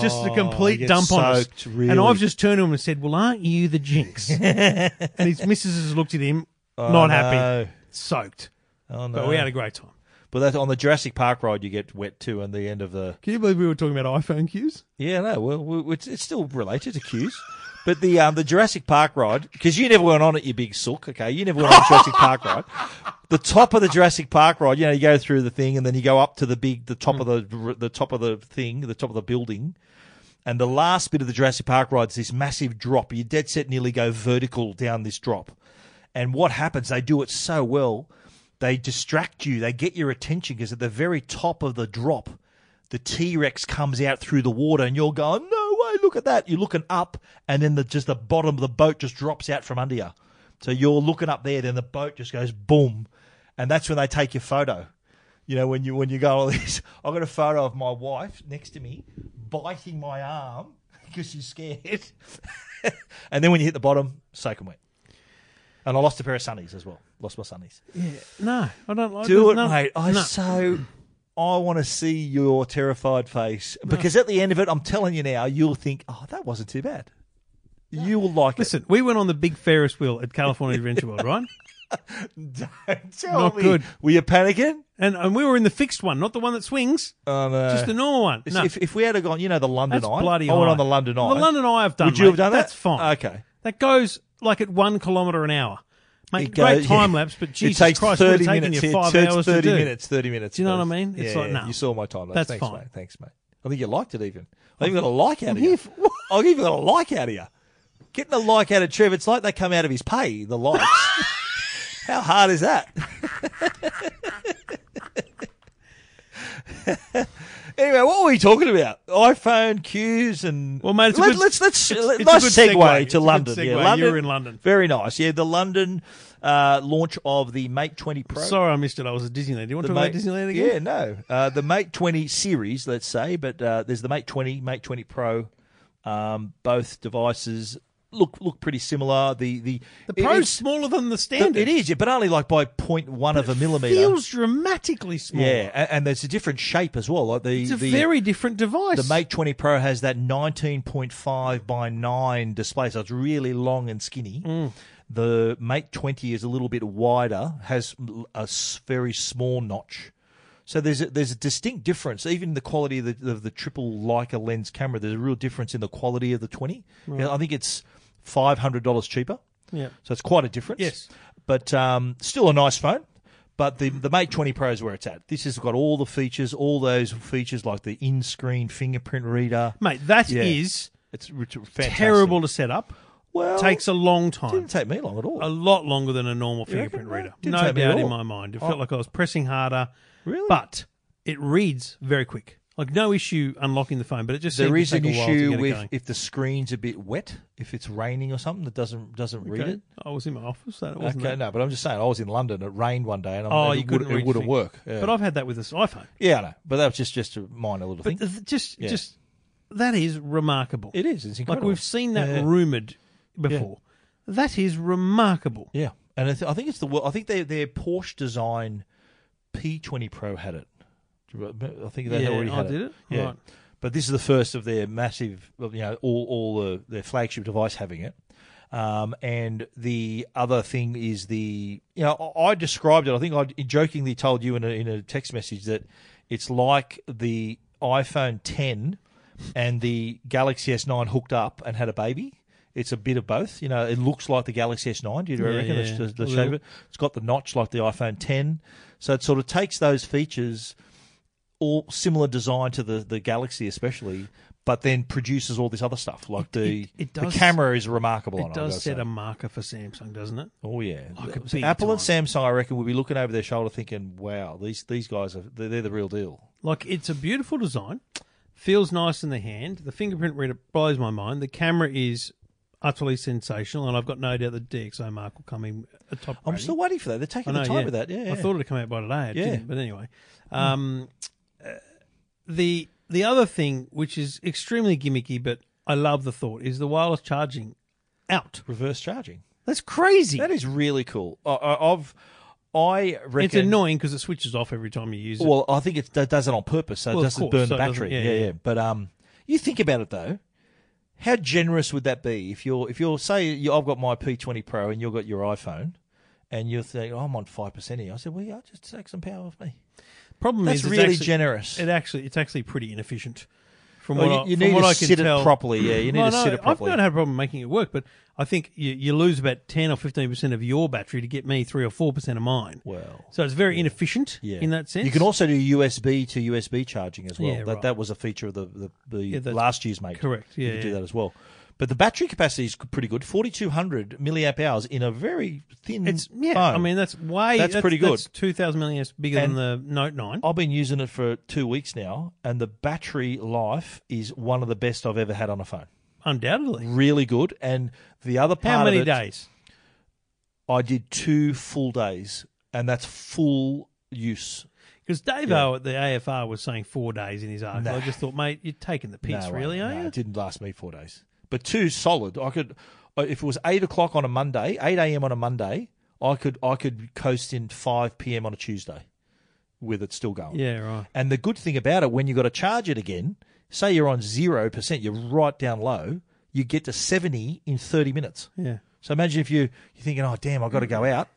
just a complete
gets
dump on us.
soaked, really.
And I've just turned to him and said, Well, aren't you the jinx? and his missus has looked at him, not happy,
no.
soaked.
Oh, no.
But we had a great time.
But that on the Jurassic Park ride, you get wet too. And the end of the
Can you believe we were talking about iPhone queues?
yeah, no, well, we- it's, it's still related to cues. But the um, the Jurassic Park ride, because you never went on it, you big sook. Okay, you never went on the Jurassic Park ride. The top of the Jurassic Park ride, you know, you go through the thing, and then you go up to the big, the top of the the top of the thing, the top of the building, and the last bit of the Jurassic Park ride is this massive drop. You dead set nearly go vertical down this drop. And what happens, they do it so well, they distract you, they get your attention because at the very top of the drop, the T Rex comes out through the water and you're going, no way, look at that. You're looking up, and then the, just the bottom of the boat just drops out from under you. So you're looking up there, then the boat just goes boom. And that's when they take your photo. You know, when you when you go all this, I got a photo of my wife next to me biting my arm because she's scared. and then when you hit the bottom, soak and wet. And I lost a pair of sunnies as well. Lost my sunnies.
No, I don't like
Do
there's
it,
no-
mate. I
no.
so I want to see your terrified face because at the end of it, I'm telling you now, you'll think, oh, that wasn't too bad. You will like
Listen, we went on the big Ferris wheel at California Adventure World, right?
it. Tell
not
me,
good.
Were you panicking?
And and we were in the fixed one, not the one that swings,
Oh, no.
just the normal one.
If-
No,
if, if we had a gone, you know, the London
that's
Eye.
bloody.
I went
high.
on the London Eye.
The London Eye, I've done.
Would you
mate.
have done that?
That's fine.
Okay.
that goes like at one kilometre an hour. Mate,
It
great
goes-
time
yeah.
lapse, but
It
Jesus
takes
Christ, would
30
have taken
minutes.
you
It
five
takes
hours
30
to do.
minutes, 30 minutes.
Do you know what
please.
I mean? It's
Yeah,
like,
yeah.
no.
You saw my time. lapse.
That's
Thanks,
fine.
mate. Thanks, mate. I think you liked it even. I even got a like out of you.
here for- what?
I'll give you a like out of you. Getting a like out of Trev, it's like they come out of his pay, the likes. How hard is that? anyway, what were we talking about? iPhone queues and
Well, mate, it's a
Let,
good-
let's let's
it's-
let-
it's a
nice
good
segue,
segue.
to
It's a good
London.
segue.
Yeah,
You
London.
were in London.
Very nice. Yeah, the London uh, launch of the Mate 20 Pro.
Sorry, I missed it. I was at Disneyland. Do you want to talk about Disneyland again?
Yeah, no. Uh, the Mate 20 series, let's say, but uh, there's the Mate 20, Mate 20 Pro. Um, both devices look look pretty similar. The the,
The
it-
pro's
it's-
smaller than the
it
standard.
is, yeah, but only like by 0.1 of a millimeter.
feels dramatically smaller.
yeah, and, and there's a different shape as well. Like the
it's a
the,
very different device.
the Mate 20 Pro has that 19.5 by 9 display, so it's really long and skinny. The Mate 20 is a little bit wider, has a s- very small notch. So there's a, there's a distinct difference, even the quality of the, of the triple Leica lens camera. There's a real difference in the quality of the 20. Yeah, I think it's five hundred dollars cheaper.
Yeah.
So it's quite a difference.
Yes.
But um, still a nice phone. But the, the Mate 20 Pro is where it's at. This has got all the features, all those features like the in screen fingerprint reader.
mate, that is
Yeah. It's, it's fantastic.
terrible to set up.
Well,
takes a long time.
didn't take me long at all.
a lot longer than a normal
reckon,
fingerprint
mate?
reader.
Didn't
no
take me at
doubt in
all. Oh.
my mind. It felt like I was pressing harder.
Really?
But it reads very quick. Like no issue unlocking the phone, but it just
There
seems
is
to
an
take a while to
issue
get it
with
going.
if the screen's a bit wet, if it's raining or something that doesn't doesn't read
Okay.
it.
I was in my office, so it wasn't
Okay,
that.
no, but I'm just saying I was in London. It rained one day, and I'm,
Oh,
it,
you
would,
couldn't read
it
the
wouldn't
thing.
work. Yeah.
But I've had that with this iPhone.
yeah, I know. But that was just just a minor little
But
thing.
th- just,
Yeah.
just that is remarkable.
it is. It's
like
incredible.
we've seen that
Yeah.
rumored before. That is remarkable.
Yeah, and I, th- I think it's the wor- I think their their Porsche design P20 Pro had it. Do you remember? I think they
Yeah,
already
oh,
had
did it?
Yeah,
Right.
but this is the first of their massive, well, you know, all all the, their flagship device having it. Um, and the other thing is the you know I, I described it. I think I jokingly told you in a, in a text message that it's like the iPhone 10 and the Galaxy S9 hooked up and had a baby. It's a bit of both. You know, it looks like the Galaxy S9. Do you
Yeah,
reckon?
yeah,
Let's-
yeah.
let's-
A
let's
little.
shape it. It's got the notch like the iPhone 10, so it sort of takes those features, all similar design to the the Galaxy, especially, but then produces all this other stuff like the
it- it does-
the camera is remarkable. on
It
I've
does
gotta
set
say.
a marker for Samsung, doesn't it?
Oh yeah,
Like a
So
big
Apple and Samsung, I reckon, will be looking over their shoulder thinking, "Wow, these these guys are they're, they're the real deal."
Like it's a beautiful design. Feels nice in the hand. The fingerprint reader blows my mind. The camera is utterly sensational, and I've got no doubt the DxO mark will come in at top.
I'm
rating.
still waiting for that. They're
I
taking
know,
the time
yeah.
with that. Yeah,
I thought it'd come out by today. It
Yeah. Hmm.
didn't, but anyway, um, uh, the the other thing which is extremely gimmicky, but I love the thought is the wireless charging out.
reverse charging.
That's crazy.
That is really cool. I, I, I've I reckon
it's annoying because it switches off every time you use it.
Well, I think it d- does it on purpose, so
Well,
it
of
doesn't
course,
burn
so
the
it doesn't-
battery.
yeah,
yeah,
yeah.
yeah, But um, you think about it though, how generous would that be if you're if you're say you, I've got my P20 Pro and you've got your iPhone, and you're thinking oh, I'm on five percent here. I said, well, yeah, just take some power off me.
Problem
That's
is, it's
really
actually-
generous.
It actually, it's actually pretty inefficient. From
Well,
what
you-
I,
you
from
need
what
to
I can
sit it
tell.
properly, yeah, you need
Well,
to
no,
sit it properly.
I've not had a problem making it work, but I think you, you lose about ten or fifteen percent of your battery to get me three or four percent of mine.
Well,
so it's very inefficient
Yeah.
in that sense.
You can also do USB to USB charging as well.
Yeah,
that
right.
that was a feature of the the, the
that's
last year's make.
correct.
you
Yeah,
could do
yeah.
that as well. But the battery capacity is pretty good, forty two hundred milliamp hours in a very thin.
it's yeah.
phone.
I mean, that's way
That's pretty good.
Two thousand milliamps bigger
And-
than the Note Nine.
I've been using it for two weeks now, and the battery life is one of the best I've ever had on a phone.
Undoubtedly.
Really good. And the other part
How many
of it,
days?
I did two full days, and that's full use.
Because Dave
Yeah.
O at the AFR was saying four days in his article. I just thought, mate, you're taking the piss,
No, I-
really, are
no,
you?
It didn't last me four days, but two solid. I could, uh, if it was eight o'clock on a Monday, eight a.m. on a Monday, I could I could coast in five p.m. on a Tuesday, with it still going.
Yeah, right.
And the good thing about it, when you got to charge it again, say you're on zero percent, you're right down low. You get to seventy in thirty minutes.
Yeah.
So imagine if you you're thinking, oh damn, I've got to go out.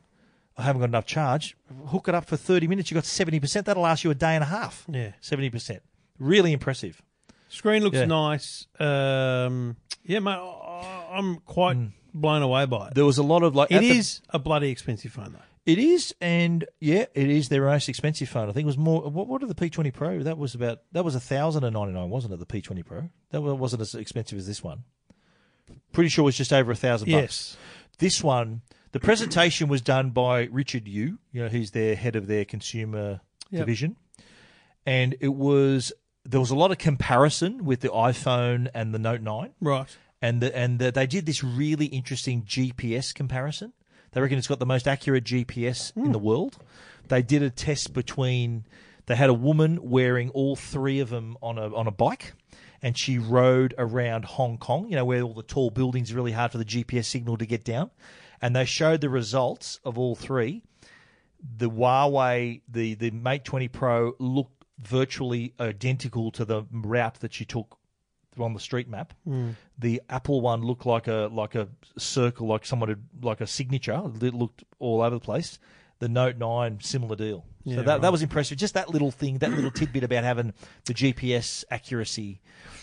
I haven't got enough charge. Hook it up for thirty minutes. You have got seventy percent. That'll last you a day and a half.
Yeah.
seventy percent. Really impressive.
Screen looks
Yeah.
nice. Um, yeah, mate, I- I'm quite blown away by it.
There was a lot of like
It
at Hmm. the-
is a bloody expensive phone, though.
It is, and yeah, it is their most expensive phone. I think it was more. What, what did the P20 Pro? That was about. That was a thousand and ninety nine, wasn't it? The P20 Pro. That wa- wasn't as expensive as this one. Pretty sure it was just over a thousand bucks.
Yes.
This one, the presentation was done by Richard Yu. You know, he's their head of their consumer
Yep.
division, and it was there was a lot of comparison with the iPhone and the Note Nine
Right.
and the, and the, they did this really interesting GPS comparison. They reckon it's got the most accurate GPS in the world. They did a test between they had a woman wearing all three of them on a on a bike, and she rode around Hong Kong, you know, where all the tall buildings are really hard for the GPS signal to get down. And they showed the results of all three. The Huawei, the the Mate 20 Pro looked virtually identical to the route that she took on the street map.
Hmm.
The Apple one looked like a like a circle, like someone had like a signature. It looked all over the place. The Note Nine, similar deal.
Yeah,
so that,
right.
that was impressive. Just that little thing, that little tidbit about having the GPS accuracy,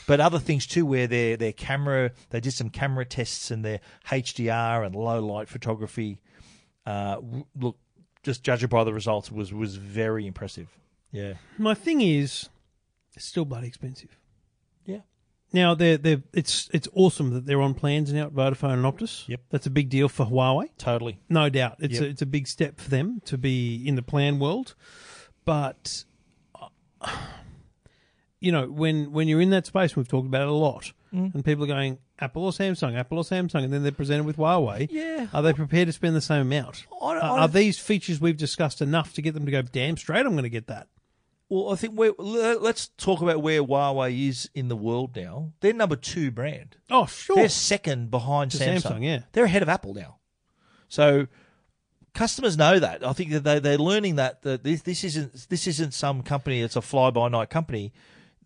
but other things too, where their their camera, they did some camera tests and their HDR and low light photography. Uh, w- look, just judging by the results, was was very impressive. Yeah,
My thing is, it's still bloody expensive.
yeah.
Now they're they are it's it's awesome that they're on plans now at Vodafone and Optus.
Yep.
that's a big deal for Huawei,
Totally.
no doubt. It's a,
Yep.
it's a big step for them to be in the plan world, but uh, you know, when when you're in that space, we've talked about it a lot,
Mm.
and people are going Apple or Samsung, Apple or Samsung, and then they're presented with Huawei.
Yeah.
Are they prepared to spend the same amount?
I don't-
Are-
I don't-
are these features we've discussed enough to get them to go? Damn straight, I'm going to get that.
Well, I think we're, le- let's talk about where Huawei is in the world now. They're number two brand.
Oh, sure.
They're second behind
To
Samsung.
Samsung, yeah.
They're ahead of Apple now. So customers know that. I think that they they're learning that that this this isn't this isn't some company that's a fly by night company.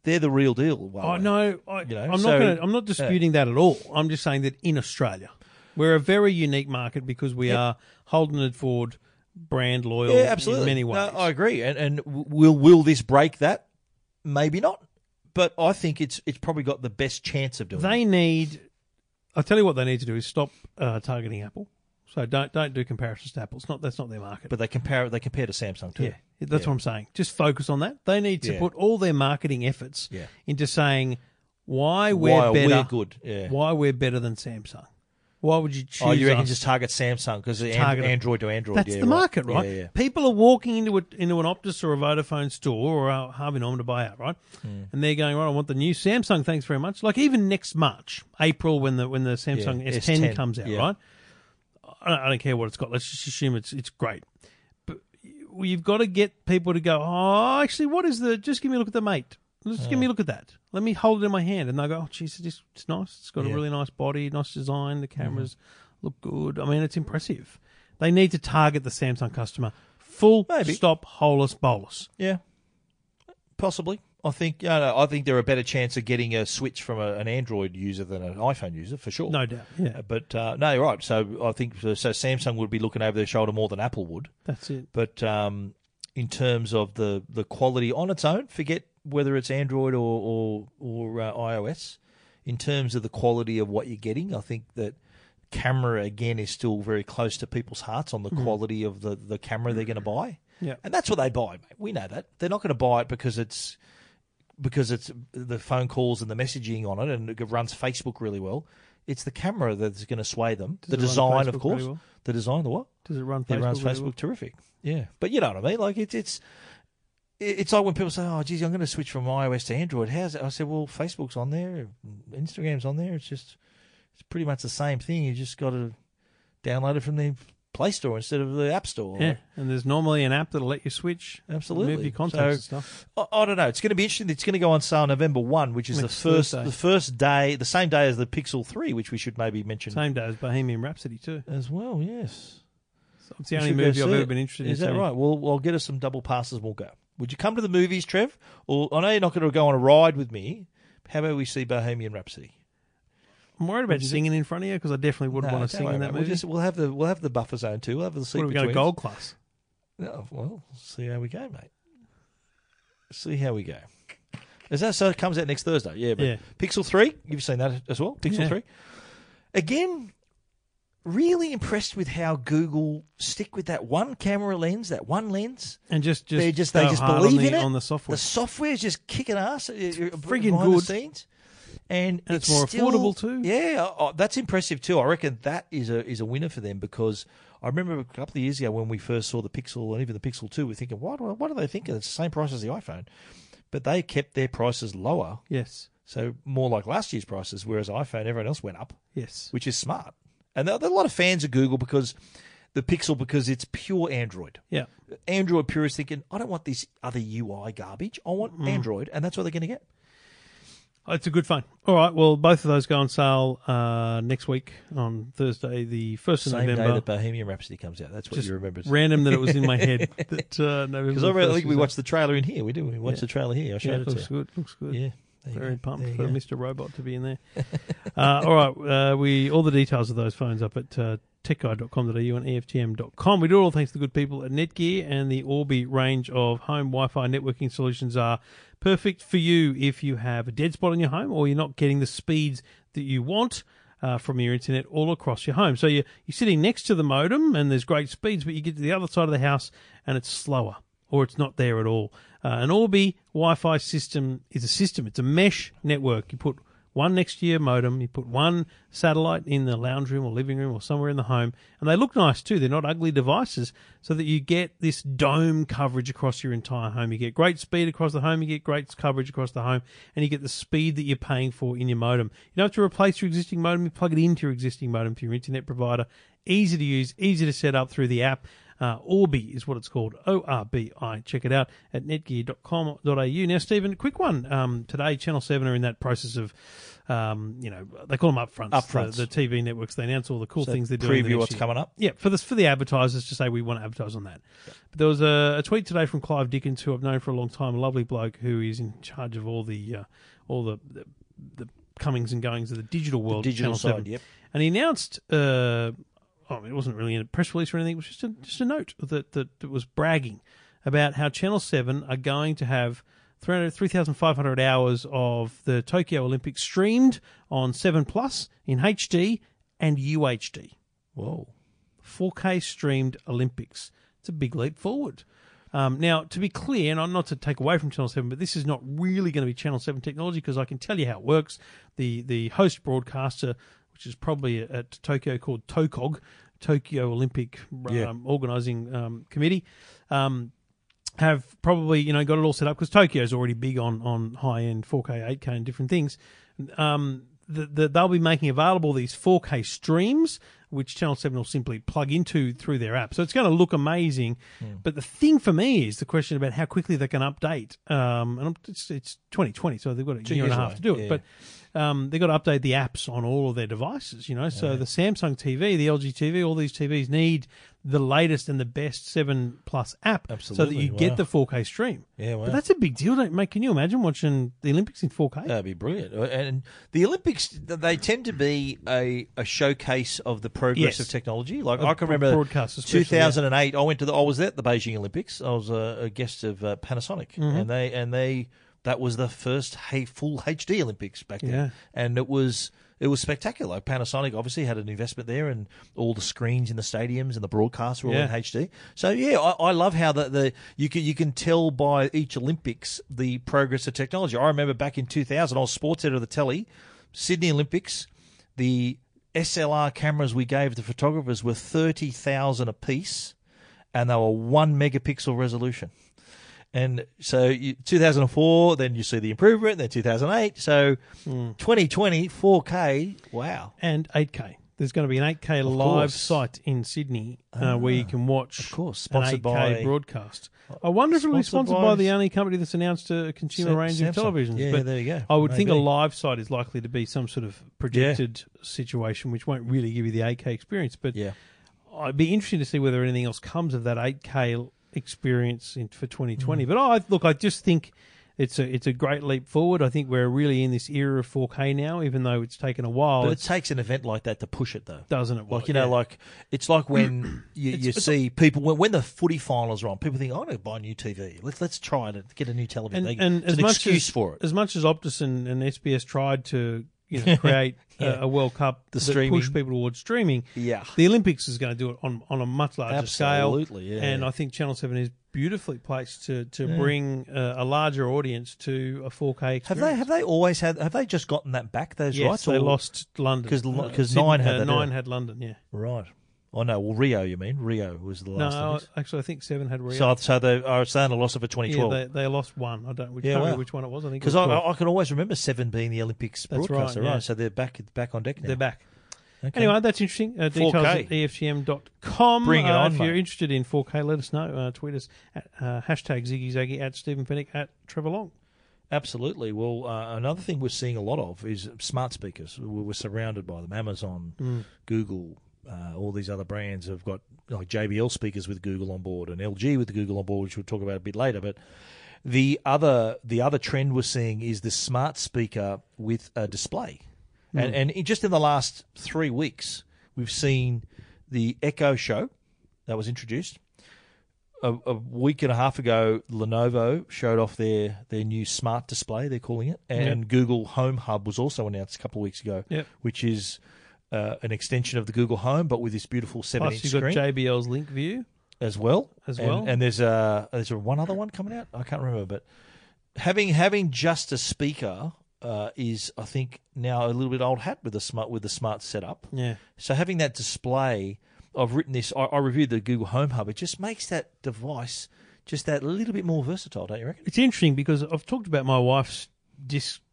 They're the real deal. Huawei.
Oh no, I,
You know,
I'm
so-
not. Gonna, I'm not disputing that at all. I'm just saying that in Australia, we're a very unique market because we are holding it forward, brand loyal
Yeah, absolutely.
in many ways.
No, I agree. And and w- will will this break that? Maybe not. But I think it's it's probably got the best chance of doing. it.
they need. I'll tell you what they need to do is stop uh, targeting Apple. So don't don't do comparisons to Apple. It's not that's not their market.
But they compare they compare to Samsung too.
yeah, that's what I'm saying. Just focus on that. They need to
Yeah.
put all their marketing efforts
Yeah.
into saying why we're
Why
better.
we're good, yeah.
Why we're better than Samsung. Why would you choose?
Oh, you reckon
us?
just target Samsung because
Target 'em.
Android to Android?
That's
yeah,
the market, right?
Yeah, yeah.
People are walking into a, into an Optus or a Vodafone store or a Harvey Norman to buy out, right?
Hmm.
And they're going, right, I want the new Samsung. Thanks very much. Like even next March, April, when the when the Samsung
Yeah,
S10,
S10,
comes out,
yeah.
right? I don't, I don't care what it's got. Let's just assume it's it's great. But y- you've got to get people to go. Oh, actually, what is the? Just give me a look at the mate. Just give me a look at that. Let me hold it in my hand, and they go, "Oh, geez, it's, it's nice. It's got a
Yeah. Mm-hmm.
really nice body, nice design. The cameras look good. I mean, it's impressive." They need to target the Samsung customer. Full
Maybe.
stop, holus bolus.
Yeah, possibly. I think. Yeah, no, I think they're a better chance of getting a switch from a, an Android user than an iPhone user for sure.
No doubt. Yeah,
Uh, But uh, no, you're right. So I think so. Samsung would be looking over their shoulder more than Apple would.
that's it.
But um, in terms of the the quality on its own, forget whether it's Android or or, or uh, iOS. In terms of the quality of what you're getting, I think that camera again is still very close to people's hearts on the
Mm-hmm.
quality of the the camera they're going to buy.
Yeah.
and that's what they buy. Mate. We know that they're not going to buy it because it's because it's the phone calls and the messaging on it, and it runs Facebook really well. It's the camera that's going to sway them. the
it run
design, of
Facebook
course.
really well?
The design of the what?
Does it run? Facebook?
It runs
really
Facebook
well?
terrific. Yeah, but you know what I mean. Like it's it's it's like when people say, "Oh, geez, I'm going to switch from iOS to Android." How's it? I said, "Well, Facebook's on there, Instagram's on there. It's just it's pretty much the same thing. You just got to download it from the Play Store instead of the App Store."
Yeah, and there's normally an app that'll let you switch,
Absolutely.
move your
So-
contacts and stuff.
I, I don't know. It's going to be interesting. It's going to go on sale November one, which is the
Next
first
Thursday.
the first day, the same day as the Pixel three, which we should maybe mention
Same day as Bohemian Rhapsody too.
as well. Yes.
It's the
We
only
should go
movie I've
see
ever
it.
been interested in.
Is that
seeing.
right? Well, I'll get us some double passes and we'll go. Would you come to the movies, Trev? Or I know you're not going to go on a ride with me. How about we see Bohemian Rhapsody?
I'm worried about singing in front of you because I definitely wouldn't
No,
want
don't
to sing
worry
in
about
that
it.
movie.
We'll, just, we'll have the we'll have the buffer zone too. We'll have the
what
sleep
if we go to
betweens.
gold class?
No, well, see how we go, mate. See how we go. Is that so? It comes out next Thursday. Yeah, but
Yeah.
Pixel Three, you've seen that as well. Pixel
Yeah.
Three, again, really impressed with how Google stick with that one camera lens, that one lens.
And just just
they just they
go
just
hard
believe
on the,
in it
on the software.
The software is just kicking ass. uh, It's
friggin'
The
good.
scenes. And,
And it's more affordable too.
Yeah, oh, that's impressive too. I reckon that is a is a winner for them because I remember a couple of years ago when we first saw the Pixel and even the Pixel Two, we're thinking, what what are they thinking? It's the same price as the iPhone, but they kept their prices lower,
yes,
so more like last year's prices. Whereas iPhone, everyone else went up
yes,
which is smart. And there, there are a lot of fans of Google because the Pixel because it's pure Android.
Yeah.
Android purists thinking, I don't want this other UI garbage. I want
Mm.
Android, and that's what they're going to get.
Oh, it's a good fun. All right, well, both of those go on sale uh, next week on Thursday, the first of
Same day
November.
that Bohemian Rhapsody comes out. That's what
Just
you remember.
Random that it was in my head that uh, November.
Because I really think we watched the trailer in here. We did. We watched the trailer here. I
Yeah,
showed
it
it to
looks
you.
good. Looks good.
Yeah. there you
Very
go.
pumped
There you
for
go.
Mr. Robot to be in there. uh, all right, uh, we all the details of those phones up at uh, techguide.com.au and E EFTM.com. We do it all thanks to the good people at Netgear and the Orbi range of home Wi-Fi networking solutions are perfect for you if you have a dead spot in your home or you're not getting the speeds that you want. Uh, from your internet all across your home. So you're, you're sitting next to the modem and there's great speeds, but you get to the other side of the house and it's slower or it's not there at all. Uh, an Orbi Wi Fi system is a system, it's a mesh network. You put one next to your modem. You put one satellite in the lounge room or living room or somewhere in the home, and they look nice too. They're not ugly devices, so that you get this dome coverage across your entire home. You get great speed across the home. You get great coverage across the home, and you get the speed that you're paying for in your modem. You don't have to replace your existing modem. You plug it into your existing modem to your internet provider. Easy to use, easy to set up through the app. Uh, Orbi is what it's called. O R B I. Check it out at netgear.com.au. Now, Stephen, quick one. Um, today, Channel 7 are in that process of, um, you know, they call them upfronts.
Upfronts.
The, the TV networks, they announce all the cool things they're doing. the
Preview
next
what's
year.
coming up.
Yeah, for this for the advertisers to say we want to advertise on that. But there was a, a tweet today from Clive Dickens, who I've known for a long time, a lovely bloke who is in charge of all the uh, all the, the the comings and goings of the digital world,
digital
Channel
side,
7.
yep.
And he announced, uh, oh, it wasn't really in a press release or anything. It was just a, just a note that that that was bragging about how Channel Seven are going to have. 300 3,500 hours of the Tokyo Olympics streamed on 7 Plus in HD and UHD.
Whoa.
4K streamed Olympics. It's a big leap forward. Um, now, to be clear, and I'm not to take away from Channel 7, but this is not really going to be Channel 7 technology because I can tell you how it works. The, the host broadcaster, which is probably at Tokyo called TOCOG, Tokyo Olympic um,
Yeah.
Organizing um, Committee, um, have probably you know got it all set up because Tokyo's already big on on high end 4K, 8K, and different things. Um, the, the, they'll be making available these 4K streams, which Channel Seven will simply plug into through their app. So it's going to look amazing.
Hmm.
But the thing for me is the question about how quickly they can update. Um, and I'm- it's, it's 2020, so they've got a year and a
years
half
away,
to do it.
yeah.
But um, they've got to update the apps on all of their devices, you know. So the Samsung TV, the LG TV, all these TVs need the latest and the best 7 Plus app so that
Absolutely,
you get
wow.
the 4K stream.
Yeah, wow.
But that's a big deal, don't mate. Can you imagine watching the Olympics in 4K?
That'd be brilliant. Uh, And the Olympics, they tend to be a, a showcase of the progress
Yes.
of technology. Like
Of
I can remember
broadcast especially,
2008. I went to the. I was at the Beijing Olympics. I was a, a guest of uh, Panasonic,
Mm-hmm.
and they and they that was the first hey, full HD Olympics back then,
Yeah.
and it was. It was spectacular. Panasonic obviously had an investment there, and all the screens in the stadiums and the broadcasts were all
Yeah.
in HD. So yeah, I, I love how the, the you can you can tell by each Olympics the progress of technology. I remember back in 2000, I was sports editor of the telly, Sydney Olympics. The SLR cameras we gave the photographers were thirty thousand a piece, and they were one megapixel resolution. And so you, 2004, then you see the improvement, then 2008. So Hmm. 2020, 4K, wow.
And 8K. There's going to be an 8K live
course. Ah,
site in Sydney uh, where you can watch
Of course,
an
sponsored
8K
by-
broadcast. I wonder if it'll be
Sponsored
sponsored by,
by
the only company that's announced a consumer
Sa-
range of
Samsung.
televisions.
Yeah,
but
there you go.
I would think a
Maybe.
live site is likely to be some sort of projected situation, which won't really give you the 8K experience. But
Yeah.
I'd be interested to see whether anything else comes of that 8K experience in, for
Mm.
2020. But I look, I just think it's a it's a great leap forward. I think we're really in this era of 4K now, even though it's taken a while.
But it
It's-
takes an event like that to push it, though.
doesn't it?
Like you know,
yeah.
like it's like when you, you see people when, when the footy finals are on, people think, "I'm going to buy a new TV. Let's let's try it. Get a new television.
and,
They-
and
it's
as
an
much
excuse
as,
for it."
As much as Optus and, and SBS tried to you know, create a, a World Cup
The
that
streaming.
pushed people towards streaming,
Yeah.
the Olympics is going to do it on, on a much larger scale.
Absolutely, yeah.
And I think Channel 7 is beautifully placed to, to bring uh, a larger audience to a 4K experience.
Have they have they always had? Have they just gotten that back? Those
Yes,
rights?
they
or-
lost London Uh,
'Cause Lo- 'cause
Sydney-
Nine had that,
Nine
didn't it?
had London, yeah.
right? Oh no, well Rio, you mean Rio was the last.
No,
Olympics.
actually, I think Seven had Rio.
So so they are saying a loss of a
yeah,
2012.
they, they lost one. I don't. We
Yeah,
can't remember
wow.
which one it was. I think it
because
was
I,
12.
I I can always remember seven being the Olympics
That's right,
broadcaster, right?
yeah.
So they're back back on deck now.
they're back.
Okay.
Anyway, that's interesting. Uh, details
4K.
at EFTM.com.
Bring it
Uh,
on,
If you're
mate.
interested in 4K, let us know. Uh, tweet us at uh, hashtag Ziggy Zaggy at Stephen Finnick at Trevor Long.
Absolutely. Well, uh, another thing we're seeing a lot of is smart speakers. We're we're surrounded by them. Amazon,
Mm.
Google, uh, all these other brands have got like JBL speakers with Google on board and LG with Google on board, which we'll talk about a bit later. But the other the other trend we're seeing is the smart speaker with a display,
Hmm.
and and in, just in the last three weeks, we've seen the Echo Show that was introduced a, a week and a half ago, Lenovo showed off their, their new smart display, they're calling it, and Google Home Hub was also announced a couple of weeks ago,
Yep.
which is uh, an extension of the Google Home, but with this beautiful seven
Plus,
inch
you've got
screen
JBL's Link View.
as well.
As
And-
well.
and, there's a there's a one other one coming out. I can't remember, but having having just a speaker uh, is, I think, now a little bit old hat with the smart with the smart setup.
Yeah.
So having that display, I've written this. I, I reviewed the Google Home Hub. It just makes that device just that little bit more versatile, don't you reckon?
It's interesting because I've talked about my wife's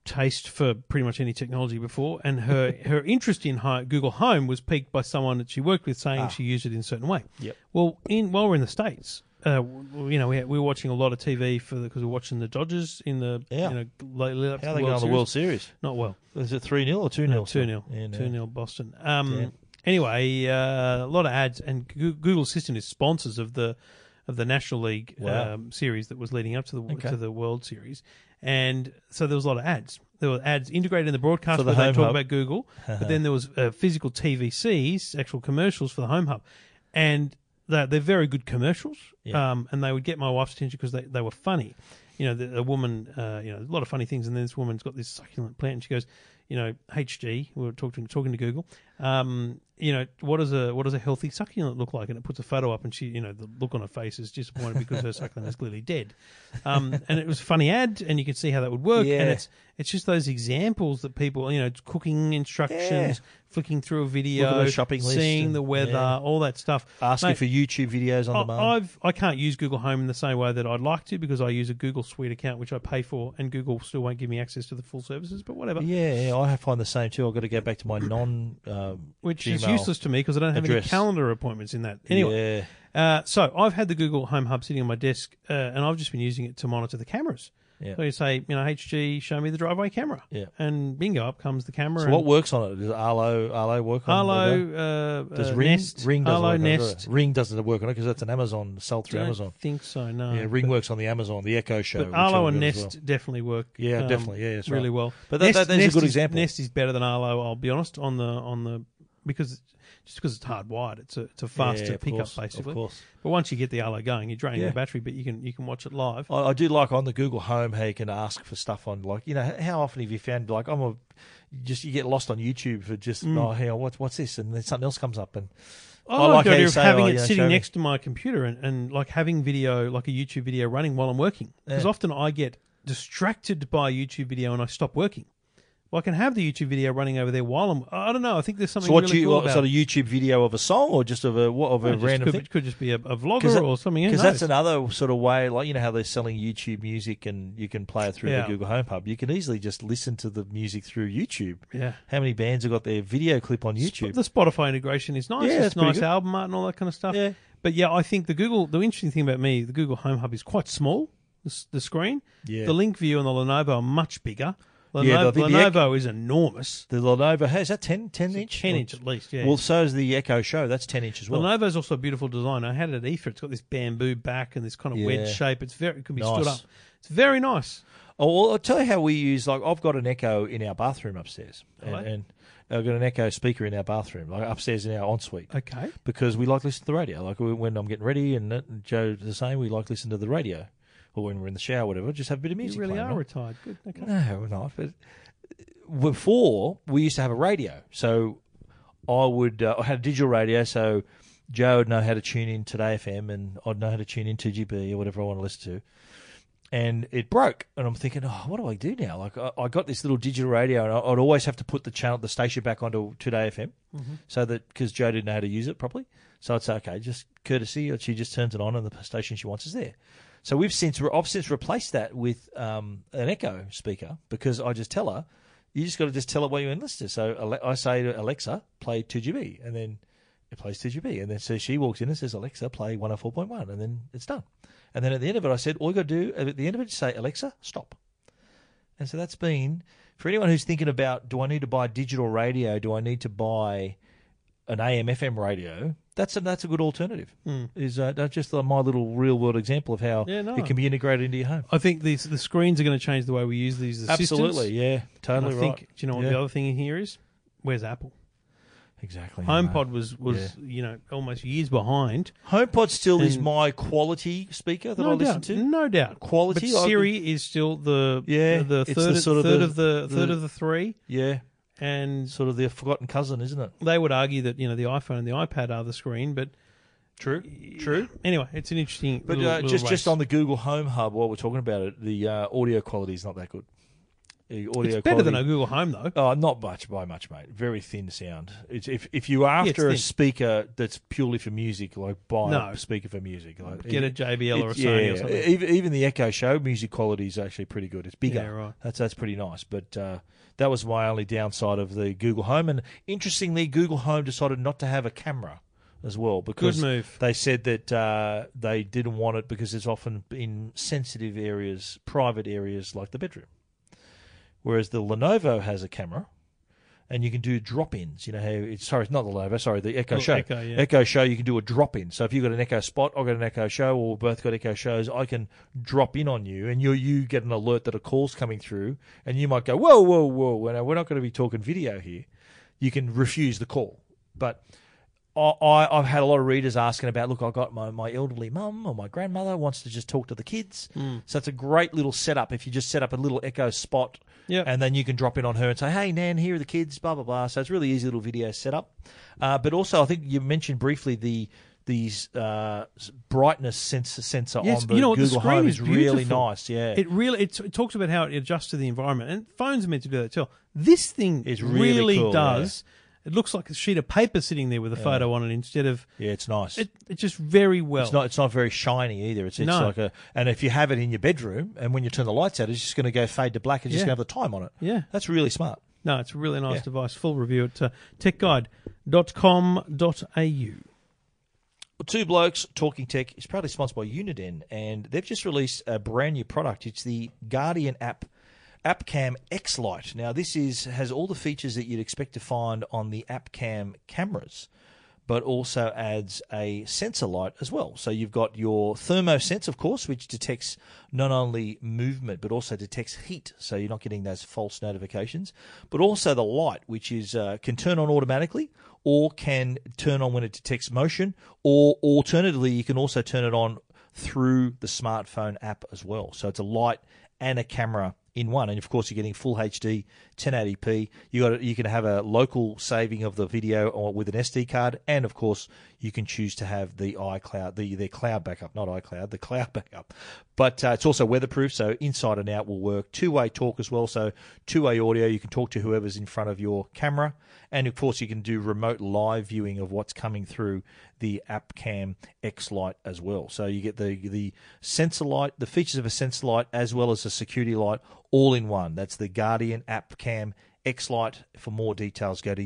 distaste for pretty much any technology before, and her, her interest in hi- Google Home was piqued by someone that she worked with saying she used it in a certain way.
Ah. Yep.
Well, in while we're in the states, uh, w- w- you know, we, had, we were watching a lot of TV for because we're watching the Dodgers in the
Yeah.
you know la- lead up to
How
the
they
World
going on the
Series.
World Series?
Not well.
Is it three 0 or two 0
No, 2 0. 2 0 Boston. Um, Anyway, uh, a lot of ads, and Goo- Google Assistant is sponsors of the of the National League
Wow.
um, series that was leading up to the
Okay.
to the World Series, and so there was a lot of ads. There were ads integrated in the broadcast
For the
where they
Home
talk
Hub.
about Google, but then there was uh, physical TVCs, actual commercials for the Home Hub, and they're, they're very good commercials.
Yeah.
Um, and they would get my wife's attention because they, they were funny. You know, the, a woman, uh, you know, a lot of funny things, and then this woman's got this succulent plant, and she goes, you know, HG. We were talking talking to Google. Um, you know, what does a what does a healthy succulent look like? And it puts a photo up, and she, you know, the look on her face is disappointed because her succulent is clearly dead. Um, and it was a funny ad, and you can see how that would work.
Yeah.
And it's it's just those examples that people, you know, it's cooking instructions, flicking through a video,
Look at the shopping list
seeing
and-
the weather,
yeah.
all that stuff.
Asking
Mate,
for YouTube videos on
I,
the moment.
I've I can't use Google Home in the same way that I'd like to because I use a Google Suite account which I pay for, and Google still won't give me access to the full services. But whatever,
Yeah, yeah, I find the same too. I've got to go back to my non, um,
which is
Gmail.
useless to me because I don't have any
address.
calendar appointments in that. Anyway,
Yeah.
uh, so I've had the Google Home Hub sitting on my desk, uh, and I've just been using it to monitor the cameras.
Yeah.
So you say, you know, HG, show me the driveway camera.
Yeah.
And bingo, up comes the camera.
So
and
what works on it? Does Arlo Arlo work on it?
Arlo, uh,
Does
uh,
Ring
Nest.
Ring doesn't
Arlo
work on it, does
Nest.
it? Ring doesn't work on it because that's an Amazon sold through
don't
Amazon.
think so, no.
Yeah, Ring works on the Amazon, the Echo Show.
Uh, But
which
Arlo
I've
and
got as
Nest
well.
definitely work. um,
Yeah, definitely. Yeah, that's right.
really well.
But that- that- that's a good
is-
example.
Nest is better than Arlo. I'll be honest on the on the because just because it's hardwired, it's a it's a faster
Yeah, of
pickup
course, of
basically.
course.
But once you get the Arlo going, you drain
Yeah.
the battery, but you can you can watch it live.
I, I do like on the Google Home how you can ask for stuff on like you know h- how often have you found like I'm a just you get lost on YouTube for just
Mm.
oh hey what's what's this and then something else comes up and
I,
I like
like the
how
idea
you
of
say,
having
oh,
it
you know,
sitting
show me.
next to my computer and, and like having video, like a YouTube video running while I'm working. Because
Yeah.
often I get distracted by a YouTube video and I stop working. Well, I can have the YouTube video running over there while I'm. I don't know. I think there's something
so what
really
you
cool
what,
about
sort
it.
of YouTube video of a song or just of a what of a
It just
random
could,
thing
It could just be a, a vlogger
that-
or something.
because
Because
that's another sort of way like you know how they're selling YouTube music and you can play it through
Yeah.
the Google Home Hub you can easily just listen to the music through YouTube
Yeah.
how many bands have got their video clip on YouTube
the Spotify integration is nice.
Yeah,
it's
that's pretty
nice
good.
album art and all that kind of stuff.
Yeah.
But yeah, I think the Google. The interesting thing about me, the Google Home Hub is quite small. The, s- the screen.
Yeah.
The Link View and the Lenovo are much bigger. Lenovo,
Yeah, I think the ec-
Lenovo is enormous.
the Lenovo has that 10, 10 inch
10 inch at least, yeah.
well so is the Echo Show that's ten inch as well
Lenovo's also a beautiful design. I had it at EFA. It's got this bamboo back and this kind of wedge
Yeah.
shape. It's very it can be stood
Nice.
up. It's very nice.
Oh, well, I'll tell you how we use. Like, I've got an Echo in our bathroom upstairs, and,
Right.
and I've got an Echo speaker in our bathroom, like upstairs in our ensuite,
Okay.
because we like listening to the radio. Like we- when I'm getting ready, and that- and Joe's the same. We like listening to the radio, or when we're in the shower, whatever. Just have a bit of
You
music.
really
playing,
are
right?
retired. Good. Okay.
No, we're not. But uh, before we used to have a radio, so I would uh, I had a digital radio, so Joe would know how to tune in Today FM, and I'd know how to tune in 2GB or whatever I want to listen to. And it broke, and I'm thinking, oh, what do I do now? Like I, I got this little digital radio, and I, I'd always have to put the channel, the station back onto Today FM, so that because Joe didn't know how to use it properly, so I'd say, okay, just courtesy, or she just turns it on, and the station she wants is there. So we've since I've since replaced that with um, an Echo speaker because I just tell her, you just got to just tell it what you want to listen to. So Ale- I say to Alexa, play 2GB, and then it plays 2GB, and then so she walks in and says, Alexa, play 104.1, and then it's done. And then at the end of it, I said, all you got to do uh, at the end of it, is say, Alexa, stop. And so that's been for anyone who's thinking about, do I need to buy digital radio? Do I need to buy an AM FM radio? That's a that's a good alternative. Is uh, that's just uh, my little real world example of how
Hmm. Yeah, no.
it can be integrated into your home.
I think these the screens are going to change the way we use these assistants.
Absolutely, yeah,
And
totally
I
right.
think, do you know what
Yeah.
the other thing in here is? Where's Apple?
Exactly.
HomePod was was you know almost years behind.
HomePod still is
And-
my quality speaker that I
doubt,
listen to.
no doubt.
Quality,
but
I-
Siri is still the
Yeah,
the,
it's
third,
the sort of
third
the-
of the,
the-
third of the three,
Yeah,
and
sort of the forgotten cousin, isn't it?
they would argue that you know the iPhone and the iPad are the screen, but
True. True.
anyway, it's an interesting.
But
little,
uh,
little
just
race.
just on the Google Home Hub, while we're talking about it, the uh, audio quality is not that good. audio
It's better
quality.
than a Google Home though.
Oh, not much by much, mate. Very thin sound. It's, if if you are
it's
after a
thin.
speaker that's purely for music, like buy
No.
a speaker for music, like
Get a
it-
JBL or a
it's-
Sony
yeah,
or something.
Even, even the Echo Show music quality is actually pretty good. It's bigger.
Yeah, right.
That's that's pretty nice. But uh, that was my only downside of the Google Home. And interestingly, Google Home decided not to have a camera as well because
move.
they said that uh, they didn't want it because it's often in sensitive areas, private areas like the bedroom. Whereas the Lenovo has a camera, and you can do drop-ins. You know how it's sorry, it's not the Lenovo, sorry, the Echo
Oh,
Show.
Echo, yeah.
Show, you can do a drop-in. So if you've got an Echo Spot, I've got an Echo Show, or we've both got Echo Shows, I can drop in on you, and you you get an alert that a call's coming through, and you might go, whoa, whoa, whoa, we're not- we're not going to be talking video here. You can refuse the call, but. I, I- I've had a lot of readers asking about, look, I've got my, my elderly mum or my grandmother wants to just talk to the kids.
Hmm.
So it's a great little setup if you just set up a little echo spot
Yep.
and then you can drop in on her and say, hey, Nan, here are the kids, blah, blah, blah. So it's a really easy little video setup. Uh, but also, I think you mentioned briefly the these uh, s- brightness sensor, sensor
Yes,
on the
you know what, the
Google
screen
Home
is
is, really
beautiful.
nice. Yeah.
It really it, it talks about how it adjusts to the environment, and phones are meant to do that too. This thing
It's
really,
really cool,
does. It looks like a sheet of paper sitting there with a photo on it instead of
yeah, it's nice.
it. It just very well.
It's not. It's not very shiny either. It's, it's
No.
like a. And if you have it in your bedroom, and when you turn the lights out, it's just going to go fade to black. It's just
Yeah.
going to have the time on it.
Yeah.
that's really smart.
No, it's a really nice
Yeah.
device. Full review at uh, techguide.com.au.
Two Blokes Talking Tech is proudly sponsored by Uniden, and they've just released a brand new product. It's the Guardian app, AppCam X Lite. Now, this is has all the features that you'd expect to find on the AppCam cameras, but also adds a sensor light as well. So you've got your thermosense, of course, which detects not only movement but also detects heat, so you're not getting those false notifications. But also the light, which is uh, can turn on automatically or can turn on when it detects motion, or alternatively, you can also turn it on through the smartphone app as well. So it's a light and a camera in one, and of course, you're getting full HD 1080p. You got you can have a local saving of the video or with an SD card, and of course, you can choose to have the iCloud, the their cloud backup, not iCloud, the cloud backup. But uh, it's also weatherproof, so inside and out will work. Two way talk as well, so two way audio. You can talk to whoever's in front of your camera, and of course, you can do remote live viewing of what's coming through the AppCam X Lite as well. So you get the the sensor light, the features of a sensor light, as well as a security light, all in one. That's the Guardian AppCam X Lite. For more details, go to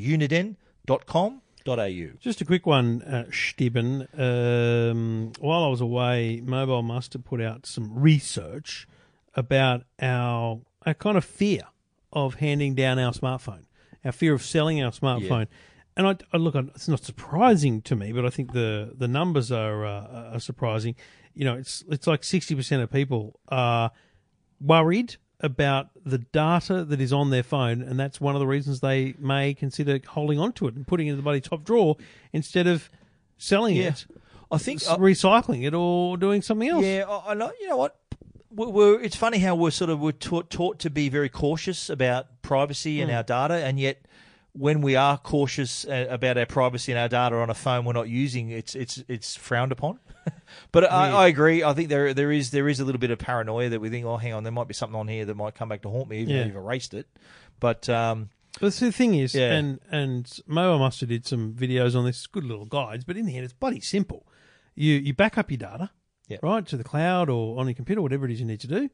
uniden.com.au.
Just a quick one, uh, Stibben. Um, while I was away, Mobile Muster put out some research about our, our kind of fear of handing down our smartphone, our fear of selling our smartphone. And I, I look, it's not surprising to me, but I think the, the numbers are, uh, are surprising. You know, it's it's like sixty percent of people are worried about the data that is on their phone, and that's one of the reasons they may consider holding onto it and putting it in the bloody top drawer instead of selling it,
I think
s- recycling it, or doing something else.
Yeah, I, I know. You know what? We're, we're, it's funny how we're sort of we're taught, taught to be very cautious about privacy
Hmm.
and our data, and yet when we are cautious uh, about our privacy and our data on a phone we're not using, it's it's it's frowned upon. but I, I agree. I think there there is there is a little bit of paranoia that we think, oh, hang on, there might be something on here that might come back to haunt me, even
Yeah.
though you've erased it. But um,
But the thing is,
Yeah.
and and Moa Muster did some videos on this, good little guides. But in the end, it's bloody simple. You you back up your data,
Yep.
right, to the cloud or on your computer, whatever it is you need to do.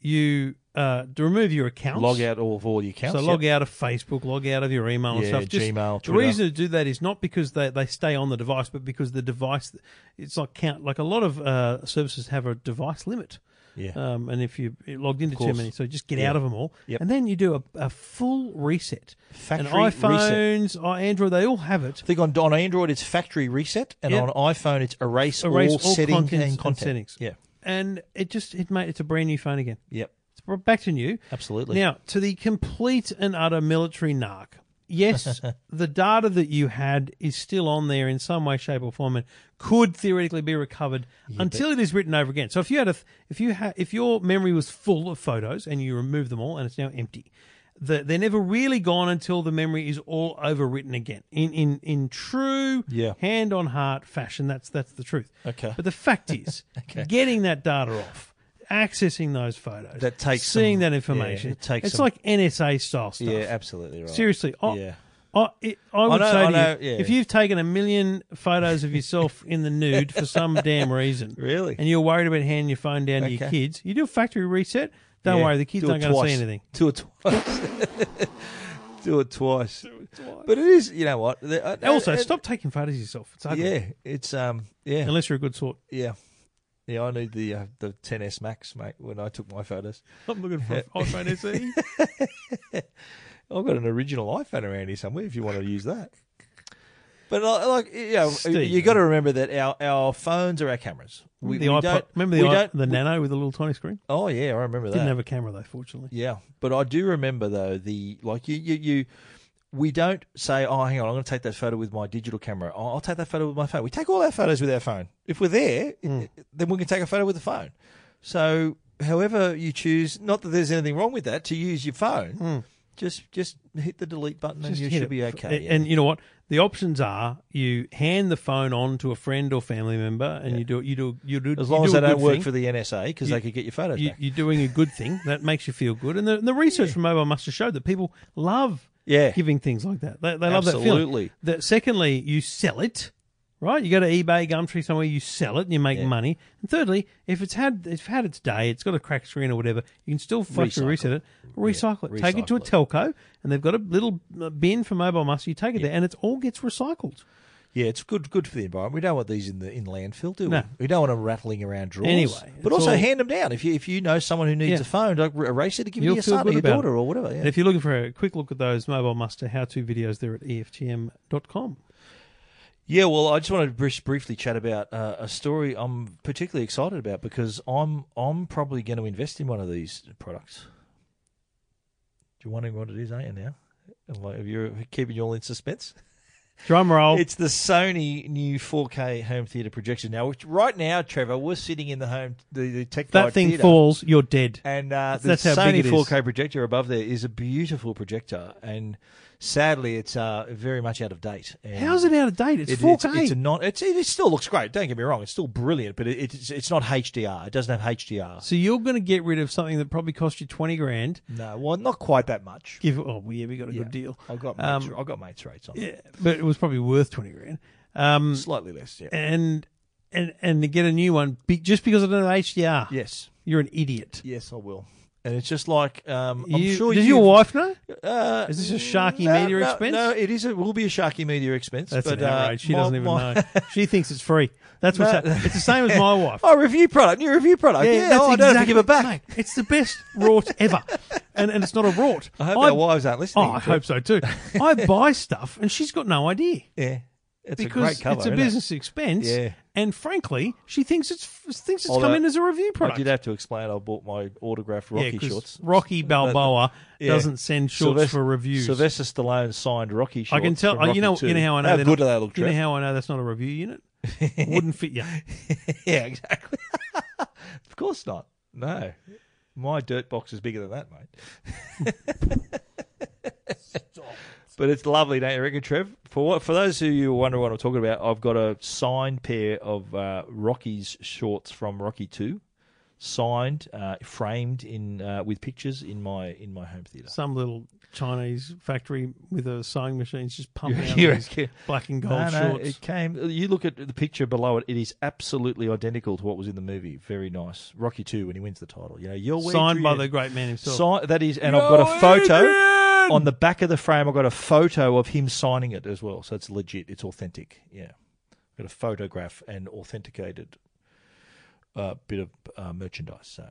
You uh, to remove your accounts,
log out all of all your accounts.
So log out of Facebook, log out of your email and
Yeah,
stuff. Just
Gmail,
The
Twitter.
reason to do that is not because they, they stay on the device, but because the device, it's like count. Like a lot of uh, services have a device limit.
Yeah.
Um, and if you it logged into too
course.
many, so just get
Yeah.
out of them all,
Yep.
and then you do a, a full reset. and
Factory reset.
iPhones, i- Android, they all have it.
I think on, on Android it's factory reset, and
Yep.
on iPhone it's erase,
Erase
all, settings
contents
and content.
settings.
Yeah,
And it just it made it's a brand new phone again.
yep.
It's br- back to new.
Absolutely.
Now, to the complete and utter military narc. Yes, the data that you had is still on there in some way, shape, or form, and could theoretically be recovered until it is written over again. So, if you had a, th- if you ha- if your memory was full of photos and you remove them all, and it's now empty, the, they're never really gone until the memory is all overwritten again. In in in true
Yeah.
hand on heart fashion, that's that's the truth.
Okay.
But the fact is, getting that data off accessing those photos,
That takes
seeing
some-
that
yeah,
information.
it takes
it's
some-
like NSA style stuff.
Yeah, absolutely right.
Seriously, oh. I,
Yeah.
I, it, I would
know-
say
I
to
know,
you,
yeah.
if you've taken a million photos of yourself in the nude for some damn reason,
Really?
and you're worried about handing your phone down to your
Okay.
kids, you do a factory reset. Don't
Yeah.
worry, the kids
Do it
aren't going to see
twice.
anything.
Do it twice. Do it twice. But it is, you know what? the- uh,
Also,
uh,
stop taking photos of yourself. It's ugly.
Yeah, it's um, yeah,
Unless you're a good sort.
yeah, yeah. I need the uh, the 10s Max, mate. When I took my photos,
I'm looking for an iPhone E. SE.
I've got an original iPhone around here somewhere. If you want to use that. But uh, like, you know,
Steve.
you got to remember that our, our phones are our cameras. We,
the
we
iPod.
don't
Remember
we
the, i-
don't,
the Nano with the little tiny screen?
Oh yeah, I remember that.
Didn't have a camera though, fortunately.
Yeah, but I do remember though the like you you you. We don't say, "Oh, hang on, I'm going to take that photo with my digital camera. Oh, I'll take that photo with my phone." We take all our photos with our phone. If we're there,
Hmm.
then we can take a photo with the phone. So, however you choose, not that there's anything wrong with that, to use your phone, just just hit the delete button and
Hmm. Just
you
hit
should
it.
be okay.
And,
yeah.
and you know what? The options are: you hand the phone on to a friend or family member, and you do you do you do
as
you
long
do
as
a
they don't
good
work
thing.
for the NSA, because they could get your photos
you,
back.
you're doing a good thing that makes you feel good. And the, the research from Mobile Must have showed that people love
Yeah.
giving things like that. They, they love that feeling.
Absolutely.
That secondly, you sell it, right? You go to eBay, Gumtree, somewhere, you sell it, and you make money. And thirdly, if it's had if had its day, it's got a cracked screen or whatever, you can still flush and
Recycle.
reset it, recycle it, take it to a
recycle
telco, and they've got a little uh, bin for Mobile Must. You take it there, and it all gets recycled.
Yeah, it's good good for the environment. We don't want these in the in landfill, do
No.
we? We don't want them rattling around drawers.
Anyway,
but
it's
also
all-
hand them down. If you if you know someone who needs
Yeah.
a phone, like r- erase it and give
You'll
it to
feel
your son
good
or your
about
daughter
it.
or whatever.
And
Yeah.
if you're looking for a quick look at those Mobile Muster how-to videos, they're at E EFTM.com.
yeah, well, I just wanted to bris- briefly chat about uh, a story I'm particularly excited about because I'm I'm probably going to invest in one of these products. You're wondering what it is, aren't you? Now, I'm like, you're keeping you all in suspense.
Drum roll.
It's the Sony new 4K home theater projection. Now, which right now, Trevor, we're sitting in the home the, the tech
that thing
theater.
falls, you're dead.
And uh, the
That's how
Sony
big it is.
4K projector above there is a beautiful projector, and sadly, it's uh, very much out of date. And
How's it out of date? It's
it-
4K.
It's, a non. It's, it, it still looks great. Don't get me wrong. It's still brilliant, but it, it's it's not HDR. It doesn't have HDR.
so you're going to get rid of something that probably cost you twenty grand.
No, well, not quite that much.
Give oh well, yeah, we got a good deal.
I got mates,
Um,
I got mates rates on it.
Yeah, but it was probably worth twenty grand. Um,
slightly less. Yeah.
and and and to get a new one, be, just because I don't have HDR,
yes,
you're an idiot.
yes, I will. And it's just like um, I'm
You-
sure.
does
you've-
your wife know?
Uh,
Is this a Sharky
no,
media
no,
expense?
No, it is. It will be a Sharky media expense.
That's
but,
an outrage.
Uh,
she
my-
doesn't even
my-
know. She thinks it's free. That's what's
No.
happening. It's the same as my wife.
Oh, review product, new review product. Yeah,
that's
oh, I don't have to
exactly-
give it back.
Mate, it's the best rort ever, and and it's not a rort.
I hope our wives aren't listening.
Oh, I
to
hope so too. I buy stuff, and she's got no idea
it. Yeah, it's a
because
great cover.
it's a
isn't it?
business expense.
Yeah.
And frankly, she thinks it's thinks it's
Although-
come in as a review
I
product.
did have to explain. I bought my autographed
Yeah,
Rocky
'cause
shorts.
Rocky Balboa
Yeah.
doesn't send shorts
Sylvester-
for reviews.
Sylvester Stallone signed Rocky
I
shorts.
can tell.
from
oh,
Rocky
you know.
II.
You know how I know.
How
they're
good
not-
are they look?
You know
Trev?
how I know that's not a review unit. Wouldn't fit you.
yeah, exactly. of course not. No, my dirt box is bigger than that, mate. But it's lovely, don't you reckon, Trev? For what for those who you wonder what I'm talking about, I've got a signed pair of uh, Rocky's shorts from Rocky Two, signed, uh, framed in uh, with pictures in my in my home theatre.
Some little Chinese factory with a sewing machine just pumping out
You
these
reckon?
black and
No,
gold
no,
shorts.
it came. You look at the picture below it; it is absolutely identical to what was in the movie. Very nice, Rocky Two when he wins the title. You know, you're
signed by the great man himself.
Sign, that is, and I've got a photo on the back of the frame. I've got a photo of him signing it as well, so it's legit. It's authentic. Yeah, got a photograph and authenticated uh, bit of uh, merchandise. So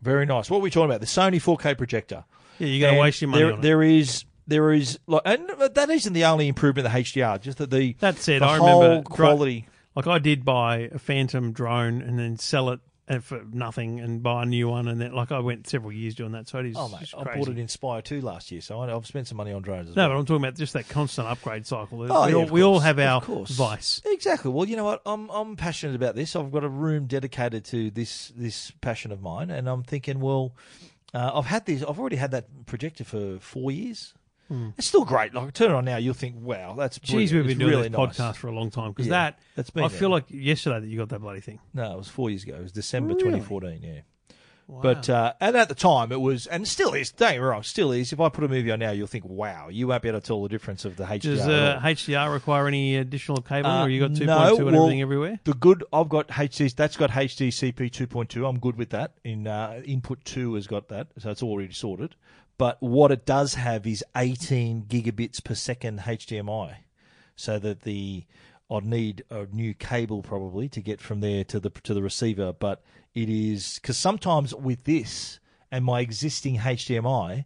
very nice. What are we talking about? The Sony 4K projector.
yeah, you're going
And
to waste your money
there,
on it.
There is, there is, like, and that isn't the only improvement of the HDR. Just that the
That said,
the
I
whole
remember dro-
quality.
Like I did buy a Phantom drone and then sell it and for nothing and buy a new one and then like I went several years doing that. So it is
Oh mate,
just
I
crazy.
bought an Inspire two last year, so I, I've spent some money on drones. As
No,
well.
but I'm talking about just that constant upgrade cycle.
Oh,
we
yeah,
all,
of
we all
course,
have
of
our
course.
vice.
Exactly. Well, you know what? I'm I'm passionate about this. I've got a room dedicated to this this passion of mine, and I'm thinking, well, uh, I've had this. I've already had that projector for four years. It's still great. Like turn it on now, you'll think, wow, that's
Hmm. Jeez,
brilliant.
we've been
It's
doing
really
this
nice.
podcast for a long time because
Yeah,
that
that's been
I
there.
feel like yesterday that you got that bloody thing.
No, it was four years ago. It was December
Really?
2014. Yeah. But uh, and at the time it was, and still is. Don't get me wrong, still is. If I put a movie on now, you'll think, "Wow, you won't be able to tell the difference of the HDR."
Does
at all.
uh, HDR require any additional cable,
Uh,
or you got two point two
no,
and
well,
everything everywhere?
The good I've got HD that's got HDCP 2.2. I'm good with that. In uh, input 2 has got that, so it's already sorted. But what it does have is 18 gigabits per second HDMI. So that the I'd need a new cable probably to get from there to the to the receiver, but it is cuz sometimes with this and my existing HDMI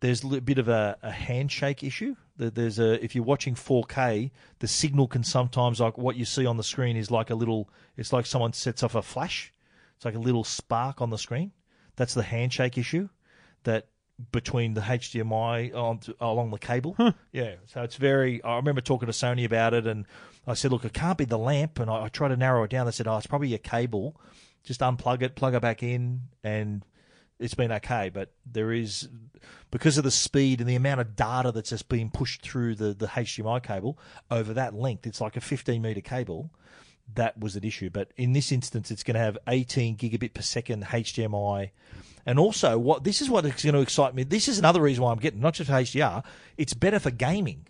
there's a little bit of a, a handshake issue. There- There's a if you're watching 4K, the signal can sometimes like what you see on the screen is like a little. It's like someone sets off a flash. It's like a little spark on the screen. That's the handshake issue that between the HDMI uh, on, along the cable. Yeah, so it's very. I remember talking to Sony about it, and I said, "Look, it can't be the lamp." And I, I tried to narrow it down. They said, "Oh, it's probably your cable. Just unplug it, plug it back in, and." it's been okay, but there is because of the speed and the amount of data that's just being pushed through the, the HDMI cable over that length. It's like a 15 meter cable. That was an issue, but in this instance, it's going to have 18 gigabit per second HDMI, and also what this is what is going to excite me. This is another reason why I'm getting it, not just HDR. It's better for gaming.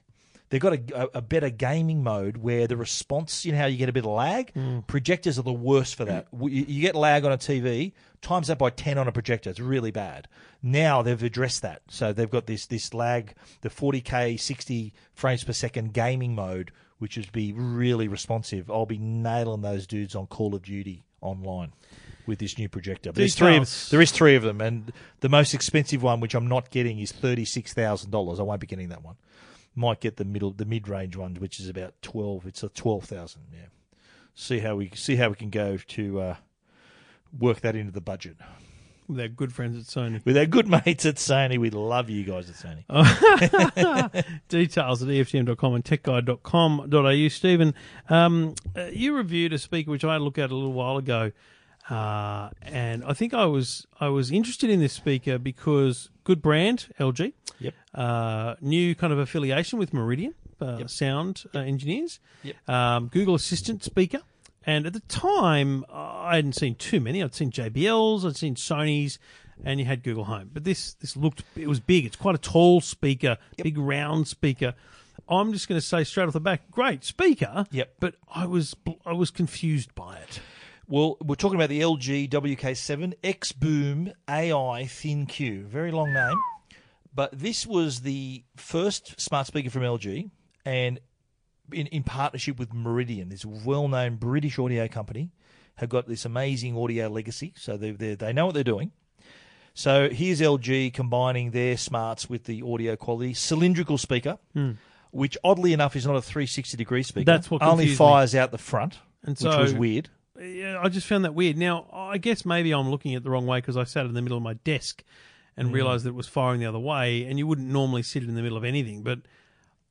They've got a, a- a better gaming mode where the response, you know, how you get a bit of lag. Projectors are the worst for that. W- You you get lag on a TV, times that by ten on a projector. It's really bad. Now they've addressed that, so they've got this this lag, the 40k 60 frames per second gaming mode, which would be really responsive. I'll be nailing those dudes on Call of Duty online with this new projector. But there's three of
Details.
there is three of them, and the most expensive one, which I'm not getting, is thirty six thousand dollars. I won't be getting that one. Might get the middle, the mid range one, which is about twelve. It's a twelve thousand. Yeah. See how we see how we can go to uh, work that into the budget.
They're good friends at Sony.
With our good mates at Sony, we love you guys at Sony.
Details at E EFTM.com and techguide.com.au. Stephen, um, uh, you reviewed a speaker which I looked at a little while ago, uh, and I think I was I was interested in this speaker because good brand LG,
Yep.
uh, new kind of affiliation with Meridian uh, sound uh, engineers,
Yep.
um, Google Assistant speaker. And at the time, I hadn't seen too many. I'd seen JBLs, I'd seen Sony's, and you had Google Home. But this this looked it was big. It's quite a tall speaker, big round speaker. I'm just going to say straight off the back, great speaker.
Yep.
But I was bl- I was confused by it.
Well, we're talking about the LG WK7 X Boom AI Thin Q. Very long name. But this was the first smart speaker from LG and in, in partnership with Meridian, this well known British audio company, have got this amazing audio legacy. So they, they, they know what they're doing. So here's LG combining their smarts with the audio quality. Cylindrical speaker, which oddly enough is not a 360 degree speaker.
Hmm. That's what
only
confused me.
fires out the front,
And
which was
so-
weird.
Yeah, I just found that weird. Now I guess maybe I'm looking at it the wrong way because I sat in the middle of my desk and realised that it was firing the other way, and you wouldn't normally sit in the middle of anything, but.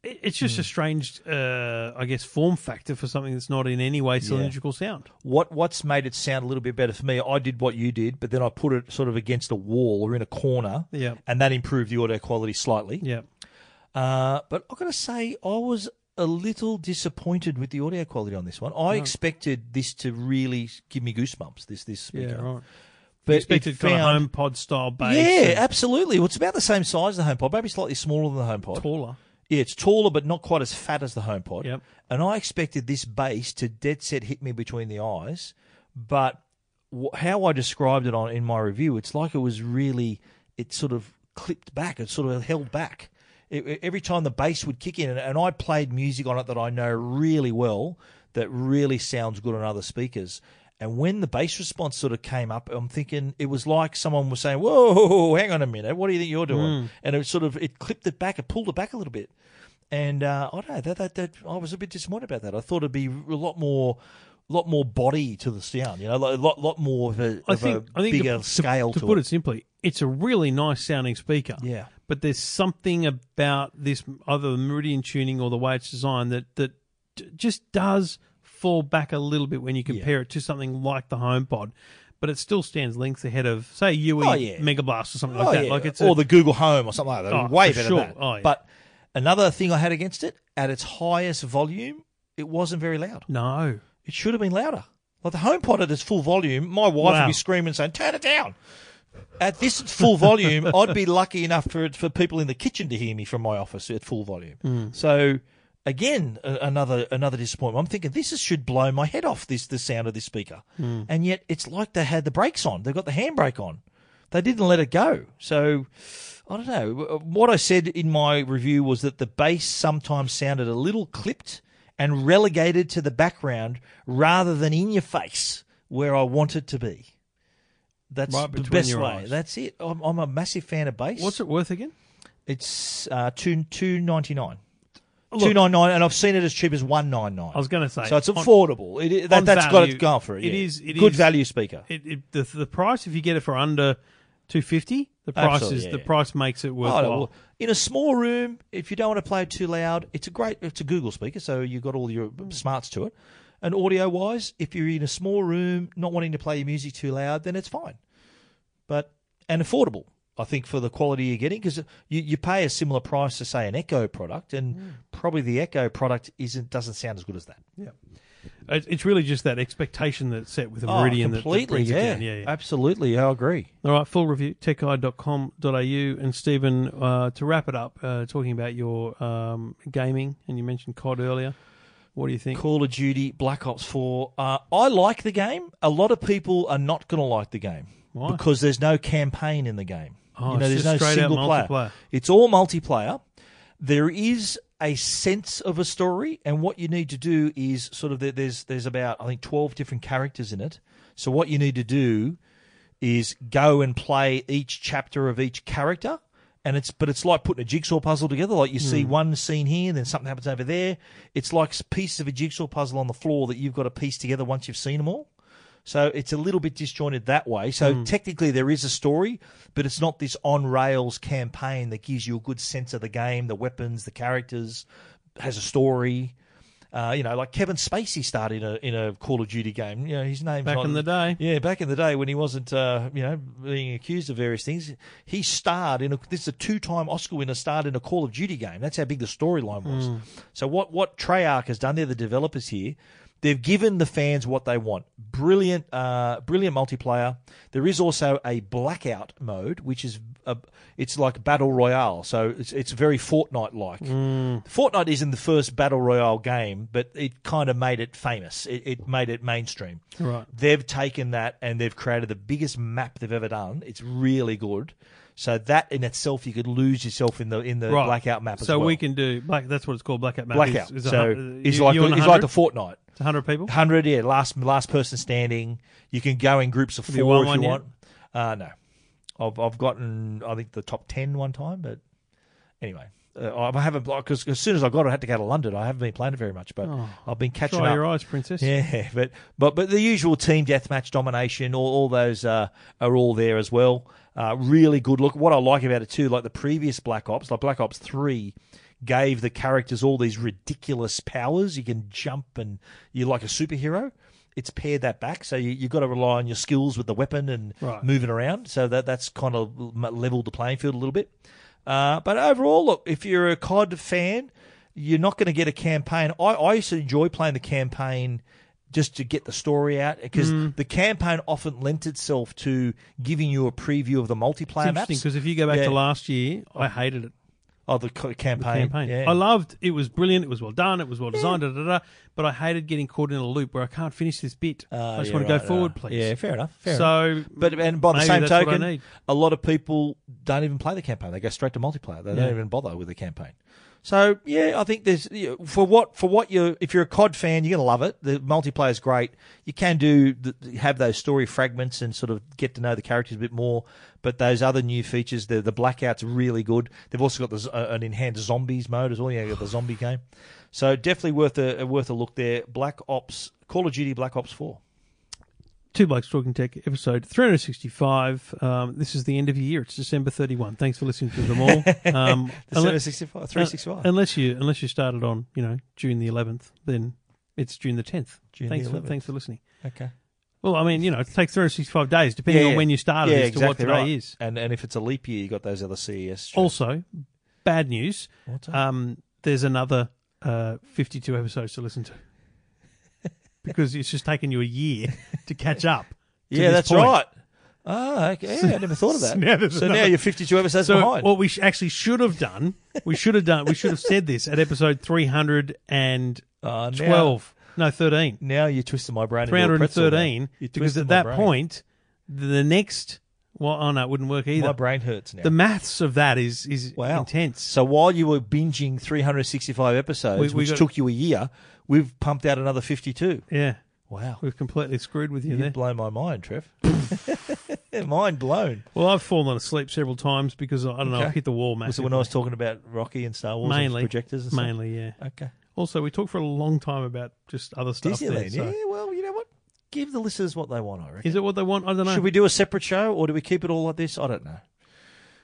it- It's just a strange, uh, I guess, form factor for something that's not in any way cylindrical sound.
what what's made it sound a little bit better for me i did what you did but then i put it sort of against a wall or in a corner
Yeah.
and that improved the audio quality slightly
Yeah.
uh, but i've got to say i was a little disappointed with the audio quality on this one i expected this to really give me goosebumps this this speaker
Yeah, right.
but
Expected
it
kind
found-
of HomePod style bass.
yeah
and
absolutely well it's about the same size as the homepod maybe slightly smaller than the homepod
taller.
yeah, it's taller but not quite as fat as the HomePod.
Yep.
And I expected this bass to dead set hit me between the eyes, but wh- how I described it on in my review, it's like it was really it sort of clipped back, it sort of held back. It, it- every time the bass would kick in, and, and I played music on it that I know really well, that really sounds good on other speakers. And when the bass response sort of came up, I'm thinking it was like someone was saying, "Whoa, hang on a minute, what do you think you're doing?" And it sort of it clipped it back, it pulled it back a little bit. And uh, I don't know that, that that I was a bit disappointed about that. I thought it'd be a lot more, lot more body to the sound. You know, like, a lot lot more of a,
I
of
think,
a
I think
bigger
to,
scale
to,
to,
to put it. simply, it's a really nice sounding speaker.
Yeah.
But there's something about this, either the Meridian tuning or the way it's designed, that, that j- just does fall back a little bit when you compare it to something like the HomePod. But it still stands lengths ahead of, say, UE
Oh, yeah.
Mega Blast or something
Oh,
like that.
yeah.
Like it's
or
a,
the Google Home or something like that.
Oh,
Way
for
better
sure.
than that.
Oh, yeah.
But another thing I had against it, at its highest volume, it wasn't very loud.
no.
It should have been louder. Like the HomePod at its full volume, my wife
Wow.
would be screaming saying, "Turn it down." at this full volume, I'd be lucky enough for for people in the kitchen to hear me from my office at full volume. So again, a, another another disappointment. I'm thinking this is, should blow my head off. This the sound of this speaker, and yet it's like they had the brakes on. They've got the handbrake on. They didn't let it go. So I don't know. What I said in my review was that the bass sometimes sounded a little clipped and relegated to the background rather than in your face where I want it to be. That's
Right
the
between
best
your
way.
eyes.
That's it. I'm, I'm a massive fan of bass.
What's it worth again?
It's uh, two two ninety nine. Two nine nine, and I've seen it as cheap as one nine nine.
I was gonna say,
so it's
on-
affordable. It, it, that,
on
that's got
value,
it going for it.
it
yeah.
is- it
good
is-
value speaker.
It, it, the the price if you get it for under two fifty, the price
Absolutely,
is
yeah,
the
yeah.
price makes it
Oh,
worthwhile.
no, well, in a small room, if you don't want to play it too loud, it's a great. It's a Google speaker, so you've got all your smarts to it. And audio wise, if you're in a small room, not wanting to play your music too loud, then it's fine. But and affordable, I think, for the quality you're getting, because you, you pay a similar price to say an Echo product, and
Mm.
probably the Echo product isn't doesn't sound as good as that.
It- It's really just that expectation that's set with a meridian that-
Oh, completely,
that, brings it
yeah,
down. yeah, yeah.
absolutely, I agree.
All right, full review, techguide.com.au. And Stephen, uh, to wrap it up, uh, talking about your um, gaming, and you mentioned COD earlier. What do you think?
Call of Duty Black Ops 4. Uh, I like the game. A lot of people are not going to like the game
Why?
because there's no campaign in the game.
Oh, it's just straight out multiplayer.
It's all multiplayer. There is a sense of a story, and what you need to do is sort of there- there's there's about I think twelve different characters in it. So what you need to do is go and play each chapter of each character. And it's but it's like putting a jigsaw puzzle together. Like you
Hmm.
see one scene here, then something happens over there. It's like s- pieces of a jigsaw puzzle on the floor that you've got to piece together once you've seen them all. So it's a little bit disjointed that way. So
Hmm.
technically there is a story, but it's not this on rails campaign that gives you a good sense of the game, the weapons, the characters, has a story. Uh, you know, like Kevin Spacey started in a, in a Call of Duty game. You know, his name's
Back
not-
in the day.
yeah, back in the day when he wasn't, uh, you know, being accused of various things, he starred in a, this is a two-time Oscar winner starred in a Call of Duty game. That's how big the storyline was. So what what Treyarch has done, they're the developers here. They've given the fans what they want. Brilliant, uh, brilliant multiplayer. There is also a blackout mode, which is a, it's like battle royale. So it's it's very Fortnite like. Fortnite isn't the first battle royale game, but it kind of made it famous. It, it made it mainstream.
Right.
They've taken that and they've created the biggest map they've ever done. It's really good. So that in itself, you could lose yourself in the in the
Right.
blackout map. As
so
well.
we can do black. That's what it's called, blackout map.
blackout.
Is, is a
so
hun-
it's
you-
like
you
the,
on
it's like the
100?
Fortnite.
It's 100 people.
Hundred, yeah, last last person standing. You can go in groups of
Have you
four
won
if
one
you
yet?
want. Uh, no, I've I've gotten I think the top ten one time, but anyway, uh, I haven't because as soon as I got it, I had to go to London. I haven't been playing it very much, but I've been catching
Dry
up.
Oh. your eyes, princess.
Yeah, but but but the usual team deathmatch domination, all, all those uh, are all there as well. Uh, really good look. What I like about it too, like the previous Black Ops, like Black Ops Three, gave the characters all these ridiculous powers. You can jump and you're like a superhero. It's pared that back, so you, you've got to rely on your skills with the weapon and
Right.
moving around. So that that's kind of leveled the playing field a little bit. Uh, but overall, look, if you're a COD fan, you're not going to get a campaign. I, I used to enjoy playing the campaign just to get the story out because
Mm.
the campaign often lent itself to giving you a preview of the multiplayer
It's interesting
maps.
because if you go back
Yeah.
to last year, I hated it.
oh, the co- campaign,
Campaign.
Yeah.
I loved it. Was brilliant. It was well done. It was well designed. Da, da, da, but I hated getting caught in a loop where I can't finish this bit. I just
Uh, Ah, yeah,
want to
right,
go forward,
right.
please.
Yeah, fair enough. Fair enough.
So,
But and by the
maybe
same
that's what I
token,
need.
a lot of people don't even play the campaign. They go straight to multiplayer. They don't even bother with the campaign. So yeah, I think there's you know, for what for what you if you're a COD fan, you're gonna love it. The multiplayer is great. You can do the, have those story fragments and sort of get to know the characters a bit more. But those other new features, the the blackouts really good. They've also got the, z- uh, an enhanced zombies mode as well. You know, you've got the zombie game. So definitely worth a worth a look there. Black Ops, Call of Duty, Black Ops Four.
Two Blokes Talking Tech, episode 365. Um, this is the end of the year. It's December 31. Thanks for listening to them all. Um, unle-
365, 365.
uh, unless you unless you started on, you know, June the 11th, then it's June the 10th.
June
thanks,
the
For,
11th.
thanks for listening.
okay.
Well, I mean, you know, it takes 365 days, depending on when you started
Yeah,
as to what
exactly
today
right.
is.
And and if it's a leap year, you got those other CES. shows.
Also, bad news.
What's up?
Um, there's another uh, 52 episodes to listen to. Because it's just taken you a year to catch up. to
yeah, that's
this point.
right. Oh, okay. Yeah, I never thought of that.
Now there's
so now
another-
you're 52 episodes
So
behind.
what we sh- actually should have done, we should have done, we should have said this at episode three hundred and
Uh, now-
twelve, no thirteen.
now you twisted my brain. into a pretzel there.
313
You
because
twisted
at
my
that
brain.
point the next well oh no it wouldn't work
my
either
brain hurts now.
the maths of that is is
Wow.
intense
So while you were binging 365 episodes,
We- we
which
got-
took you a year, we've pumped out another 52.
yeah
Wow.
we've completely screwed with you
You
there
blown my mind, Trev. mind blown.
well I've fallen asleep several times because I don't know
Okay.
I've hit the wall
Was it
massively
when I was talking about Rocky and Star Wars and
mainly
projectors and stuff?
mainly yeah
Okay.
also we talked for a long time about just other stuff there,
Disneyland.
so-
Yeah, well, you know what? Give the listeners what they want, I reckon.
is it what they want I don't know
Should we do a separate show or do we keep it all like this? I don't know.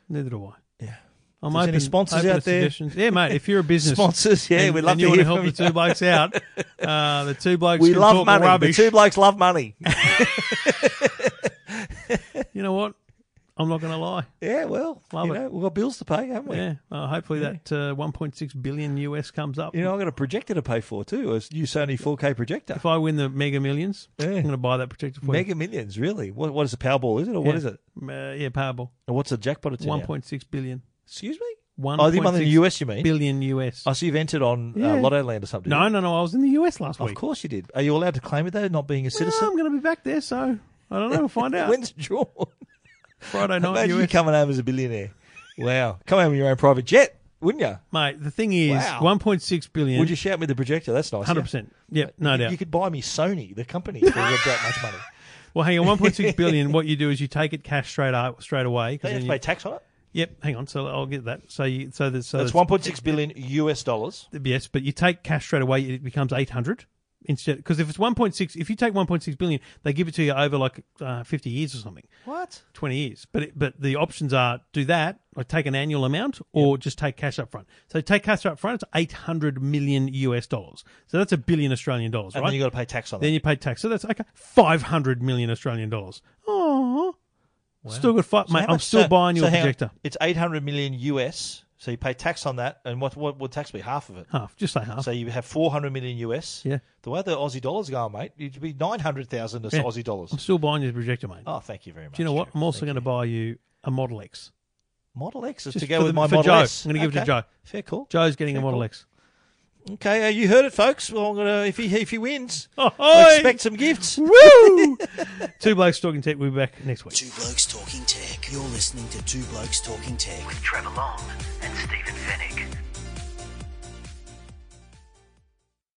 neither do I
Yeah.
I'm
there's
open,
any sponsors
open to
out there?
suggestions. Yeah, mate. If you're a business
Sponsors, yeah,
and-
we'd love
and
to
you
hear
want help
from
the
you.
two blokes out. Uh, the two blokes
We
can
love
talk
money.
rubbish.
The two blokes love money.
you know what? I'm not going to lie.
yeah, well,
Love
you
it.
know, we've got bills to pay, haven't we?
Yeah. Uh, hopefully that uh, 1.6 billion US comes up.
You know, I've got a projector to pay for too, a new Sony 4K projector.
if I win the Mega Millions,
Yeah.
I'm going to buy that projector for
Mega Millions, really? What, what is a Powerball? Is it or
you.
what is it?
Yeah. Uh, yeah, Powerball.
And what's the jackpot at
1.6 billion.
Excuse me.
One.
Oh, the Oh, one in the US, you mean?
Billion US.
I see you've entered on
Yeah.
uh, Lotto Land or something.
no, no, no. I was in the US last
of
week.
course you did. Are you allowed to claim it though? Not being a
Well,
citizen.
I'm going to be back there, so I don't know. We'll find out.
When's the draw?
Friday night,
Imagine you
US.
coming home as a billionaire. Wow, come home in your own private jet, wouldn't you?
Mate, the thing is,
Wow.
1.6 billion.
Would you shout me the projector? That's nice. yeah.
100%. Yep, no
You-
doubt.
You could buy me Sony, the company, for that much money.
Well, hang on. 1.6 billion. What you do is you take it cash straight out, straight away.
Don't
'cause
you have
then
to
you-
pay tax on it?
yep. Hang on. So I'll get that. So you, so there's so
That's
there's-
1.6 billion US dollars.
Yes, but you take cash straight away, it becomes 800 instead. Because if it's 1.6, if you take 1.6 billion, they give it to you over like uh, 50 years or something,
What?
20 years. But it, but the options are do that, or take an annual amount, or just take cash up front. So take cash up front, it's 800 million US dollars. So that's a billion Australian dollars,
And
right?
then you got to pay tax on
Then
it.
you pay tax. So that's okay. 500 million Australian dollars. Oh, still got five.
So
mate,
how
I'm
much-
still
so-
buying your
so hang on.
projector.
It's 800 million US. So you pay tax on that, and what what would tax be? Half of it.
Half, just say half.
So you have 400 million US.
Yeah.
The way the Aussie dollars go, mate, it'd be 900,000
Yeah.
Aussie dollars.
I'm still buying your projector, mate.
Oh, thank you very much.
Do you know what?
Jeff.
I'm also
Thank
going to
you.
buy you a Model X.
Model X is
Just
to go
for
with
the-
my
for
Model
Joe.
S.
I'm gonna give it to
Okay.
Joe.
Fair call.
Joe's getting a
Fair
Model
call.
X.
Okay, uh, you heard it, folks. Well, I'm gonna if he if he wins,
Oh, Ahoy!
expect some gifts.
Woo! Two Blokes Talking Tech. We'll be back next week.
Two Blokes Talking Tech. You're listening to Two Blokes Talking Tech.
Trevor Long and Stephen Fennick.